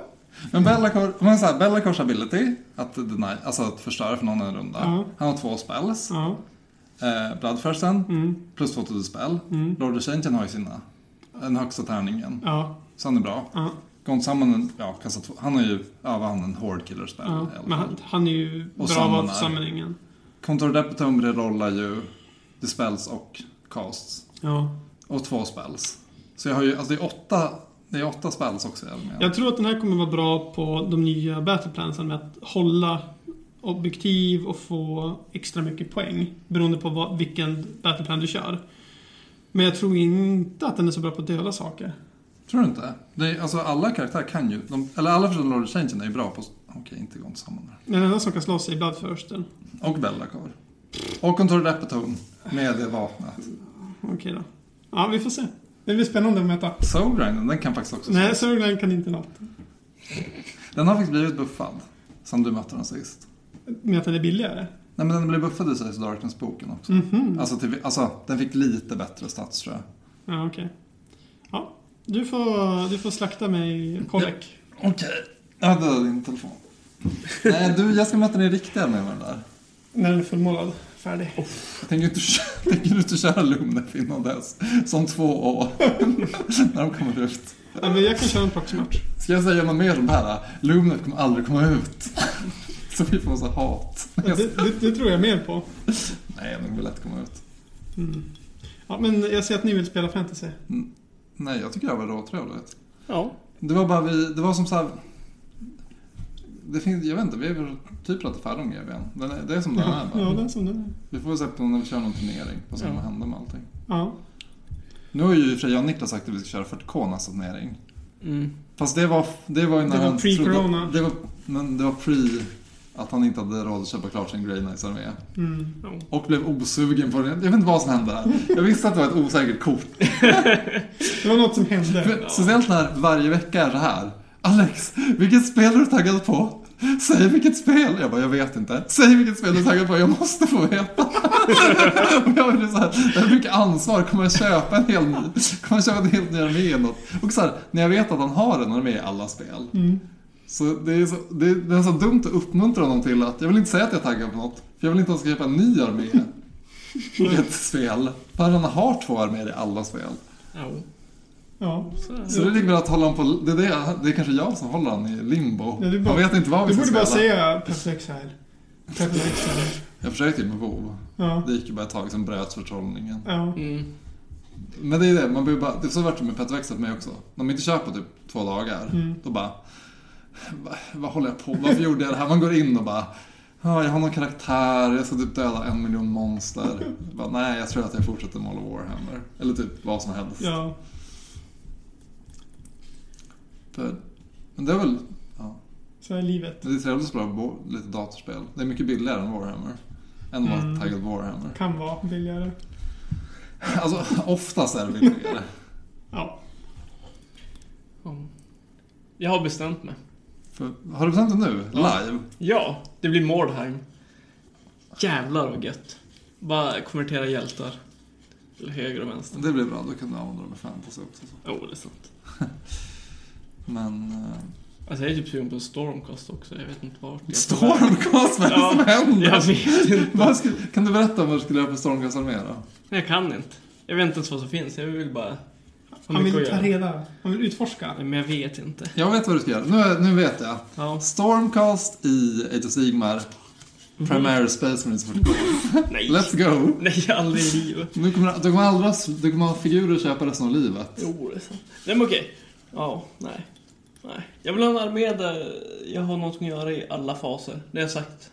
[SPEAKER 2] Men Bellacor, men så här, Bellacors ability, att, deny, alltså att förstöra för någon en runda.
[SPEAKER 3] Ja.
[SPEAKER 2] Han har två spells.
[SPEAKER 3] Ja.
[SPEAKER 2] Eh, Bloodthirsten,
[SPEAKER 3] Mm.
[SPEAKER 2] plus två till spel. Lord of Change har ju sina. Den högsta tärningen.
[SPEAKER 3] Ja.
[SPEAKER 2] Så han är bra.
[SPEAKER 3] Ja.
[SPEAKER 2] Gonsaman, ja, kastat, han är ju, ja, vad han en hård killer spel i
[SPEAKER 3] Ja,
[SPEAKER 2] alla fall.
[SPEAKER 3] men han, han är ju bra
[SPEAKER 2] samman
[SPEAKER 3] av
[SPEAKER 2] är-
[SPEAKER 3] församlingen.
[SPEAKER 2] Contradepetum rerollar ju dispels och casts.
[SPEAKER 3] Ja.
[SPEAKER 2] Och två spells. Så jag har ju, alltså det är åtta, det är åtta spells också jag menar.
[SPEAKER 3] Jag tror att den här kommer vara bra på de nya battleplansen med att hålla objektiv och få extra mycket poäng. Beroende på vad, vilken battleplan du kör. Men jag tror inte att den är så bra på att döda saker.
[SPEAKER 2] Tror du inte? Det är, alltså alla karaktärer kan ju, de, eller alla förutom Lord Changen är ju bra på, okej inte Gonsaman där.
[SPEAKER 3] Den enda som kan slåss är Bloodthirsten.
[SPEAKER 2] Och Bellacor. Och Contradepetum med det vapnet.
[SPEAKER 3] Okej då. Ja, vi får se. Det blir spännande att möta.
[SPEAKER 2] Soulgrinden, den kan faktiskt också
[SPEAKER 3] Nej, Sörglen kan inte något.
[SPEAKER 2] Den har faktiskt blivit buffad. Sen du mötte den sist.
[SPEAKER 3] Med att den är billigare. Mhm.
[SPEAKER 2] Nej men den blev buffad i Size of Darkness-boken också.
[SPEAKER 3] Mm.
[SPEAKER 2] Alltså, till, alltså den fick lite bättre stats tror jag.
[SPEAKER 3] Ja, okej. Ja, du får, du får slakta mig, Kolek.
[SPEAKER 2] Okej. Ja, det är din telefon. Nej du, jag ska möta den i riktiga nu med den där.
[SPEAKER 3] När den är fullmålad. Färdig.
[SPEAKER 2] Jag tänker inte, tänker inte köra Lumnef innan dess. Som två år. När de kommer ut.
[SPEAKER 3] Ja, men jag kan köra en proxymatch.
[SPEAKER 2] Ska jag säga något mer om det här? Lumnef kommer aldrig komma ut. Så vi får massa hat.
[SPEAKER 3] Ja, Det, det, det tror jag mer på.
[SPEAKER 2] Nej, den kommer lätt komma ut.
[SPEAKER 3] Mm. Ja, men jag ser att ni vill spela fantasy.
[SPEAKER 2] Nej, jag tycker det här var råtrevligt.
[SPEAKER 4] Ja.
[SPEAKER 2] Det var bara vi, det var som så här. Det finns, jag vet inte, vi har väl typ pratat färdigt om GBn. Den är, det är som den
[SPEAKER 3] Ja,
[SPEAKER 2] är
[SPEAKER 3] ja,
[SPEAKER 2] bara.
[SPEAKER 3] det är som det är.
[SPEAKER 2] Vi får väl se på när vi kör någon turnering, vad som
[SPEAKER 4] Ja.
[SPEAKER 2] händer med allting.
[SPEAKER 3] Ja.
[SPEAKER 2] Nu har ju i och för sig jag och Niklas sagt att vi ska köra 40K nästa turnering.
[SPEAKER 4] Mm.
[SPEAKER 2] Fast det var, det var ju när
[SPEAKER 3] Det var
[SPEAKER 2] han
[SPEAKER 3] pre-corona.
[SPEAKER 2] trodde- Det var, men det var pre... Att han inte hade råd att köpa klart sin Grey Knights armé.
[SPEAKER 3] Mm.
[SPEAKER 2] Och blev osugen på den. Jag vet inte vad som hände där. Jag visste att det var ett osäkert kort.
[SPEAKER 3] Det var något som hände.
[SPEAKER 2] För, Speciellt när varje vecka är det här. Alex, vilket spel är du taggad på? Säg vilket spel! Jag bara, jag vet inte. Säg vilket spel du är taggad på, jag måste få veta. och jag blev såhär, jag fick ansvar, kommer jag köpa en hel ny, kommer jag köpa en helt ny armé eller något? Och såhär, när jag vet att han har en armé i alla spel. Så det är så, det är, det är så dumt att uppmuntra honom till att, jag vill inte säga att jag är taggad på något, för jag vill inte att han ska köpa en ny armé i ett spel. För han har två arméer i alla spel.
[SPEAKER 4] Ja.
[SPEAKER 3] Ja.
[SPEAKER 4] Så är det.
[SPEAKER 2] Så det är lika bra att hålla honom på... Det är, det, det är kanske jag som håller honom i limbo.
[SPEAKER 3] Ja, du bara-
[SPEAKER 2] Han vet inte vad vi
[SPEAKER 3] Du
[SPEAKER 2] ska
[SPEAKER 3] borde
[SPEAKER 2] spela.
[SPEAKER 3] bara säga Pepsi Exile. Pepsi Exile.
[SPEAKER 2] Jag försökte ju med WoW.
[SPEAKER 3] Ja.
[SPEAKER 2] Det gick ju bara ett tag, sen bröts förtrollningen.
[SPEAKER 3] Ja.
[SPEAKER 4] Mm.
[SPEAKER 2] Men det är det, man blir bara... Det är så vart det med Petter Wexler för mig också. När man inte kör på typ två dagar,
[SPEAKER 3] Mm.
[SPEAKER 2] då bara... "Va- Vad håller jag på Varför gjorde jag det här? Man går in och bara... Ja, jag har någon karaktär, jag ska typ döda en miljon monster. Bara, Nej, jag tror att jag fortsätter måla Warhammer. Eller typ vad som helst.
[SPEAKER 3] Ja.
[SPEAKER 2] För- Men det är väl... Ja.
[SPEAKER 3] Så är livet.
[SPEAKER 2] Men Det är trevligt att spela bo- lite datorspel. Det är mycket billigare än Warhammer. Än att vara
[SPEAKER 3] Mm.
[SPEAKER 2] taggad på Warhammer.
[SPEAKER 3] Kan vara billigare.
[SPEAKER 2] Alltså oftast är det billigare.
[SPEAKER 3] Ja.
[SPEAKER 4] Ja. Jag har bestämt mig.
[SPEAKER 2] För, har du bestämt det nu? Live?
[SPEAKER 4] Ja, det blir Mordheim. Jävlar vad gött. Bara konvertera hjältar. Till höger och vänster.
[SPEAKER 2] Det blir bra, då kan du använda dem i fantasy också. Så.
[SPEAKER 4] Jo, det är sant.
[SPEAKER 2] Men...
[SPEAKER 4] Alltså jag är typ sugen på Stormcast också. Jag vet inte vart.
[SPEAKER 2] Eh,
[SPEAKER 4] jag-
[SPEAKER 2] Stormcast, vad är det
[SPEAKER 4] Ja,
[SPEAKER 2] som
[SPEAKER 4] Jag
[SPEAKER 2] händer?
[SPEAKER 4] vet inte.
[SPEAKER 2] Vad skulle, kan du berätta om vad du skulle göra för Stormcast armé då?
[SPEAKER 4] Jag kan inte. Jag vet inte ens vad som finns. Jag vill bara... ha
[SPEAKER 3] Han
[SPEAKER 4] mycket
[SPEAKER 3] vill
[SPEAKER 4] att
[SPEAKER 3] ta
[SPEAKER 4] göra.
[SPEAKER 3] reda. Han vill utforska.
[SPEAKER 4] Nej, men jag vet inte.
[SPEAKER 2] Jag vet vad du ska göra. Nu, är- nu vet jag.
[SPEAKER 4] Ja.
[SPEAKER 2] Stormcast i Age of Sigmar.
[SPEAKER 4] Mm.
[SPEAKER 2] Primary Space Marines 40K.
[SPEAKER 4] Nej.
[SPEAKER 2] Let's go!
[SPEAKER 4] Nej, aldrig i livet.
[SPEAKER 2] Nu kommer, du, kommer aldrig, ha- du kommer ha figurer att köpa resten av livet.
[SPEAKER 4] Jo, det är sant. Nej, men okej. Ja, nej. Nej. Jag vill ha en armé där jag har något att göra i alla faser. Det har jag sagt.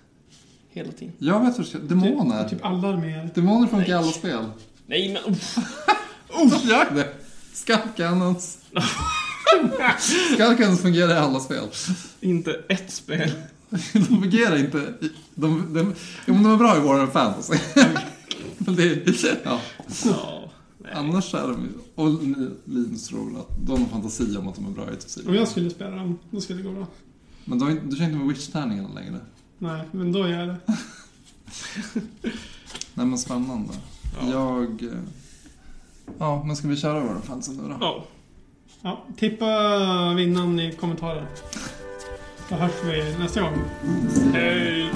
[SPEAKER 4] Hela tiden.
[SPEAKER 2] Jag vet hur du ska... Demoner.
[SPEAKER 3] Typ alla arméer.
[SPEAKER 2] Demoner funkar i
[SPEAKER 4] Nej.
[SPEAKER 2] alla spel.
[SPEAKER 4] Nej, men... Uff.
[SPEAKER 2] Oh, gör det! Skarkannons. Skarkannons fungerar i alla spel.
[SPEAKER 4] Inte ett spel.
[SPEAKER 2] De fungerar inte... i- De, de, jo, men de är bra i Warhammer Fantasy. Men det, är- ja.
[SPEAKER 4] Ja. Nej.
[SPEAKER 2] Annars är de ju- Och Linus tror väl att de har fantasi om att de är bra i
[SPEAKER 3] Om
[SPEAKER 2] typ
[SPEAKER 3] jag skulle spela dem, då skulle det gå bra.
[SPEAKER 2] Men de, är inte- du kör inte med Witch-tärningarna längre.
[SPEAKER 3] Nej, men då gör jag det.
[SPEAKER 2] Nej, men spännande.
[SPEAKER 4] Ja.
[SPEAKER 2] Jag... eh, Ja, men ska vi köra Warhammer Fantasy nu då?
[SPEAKER 4] Ja.
[SPEAKER 3] Ja, tippa vinnaren i kommentaren. Då hörs vi nästa gång.
[SPEAKER 4] Hej.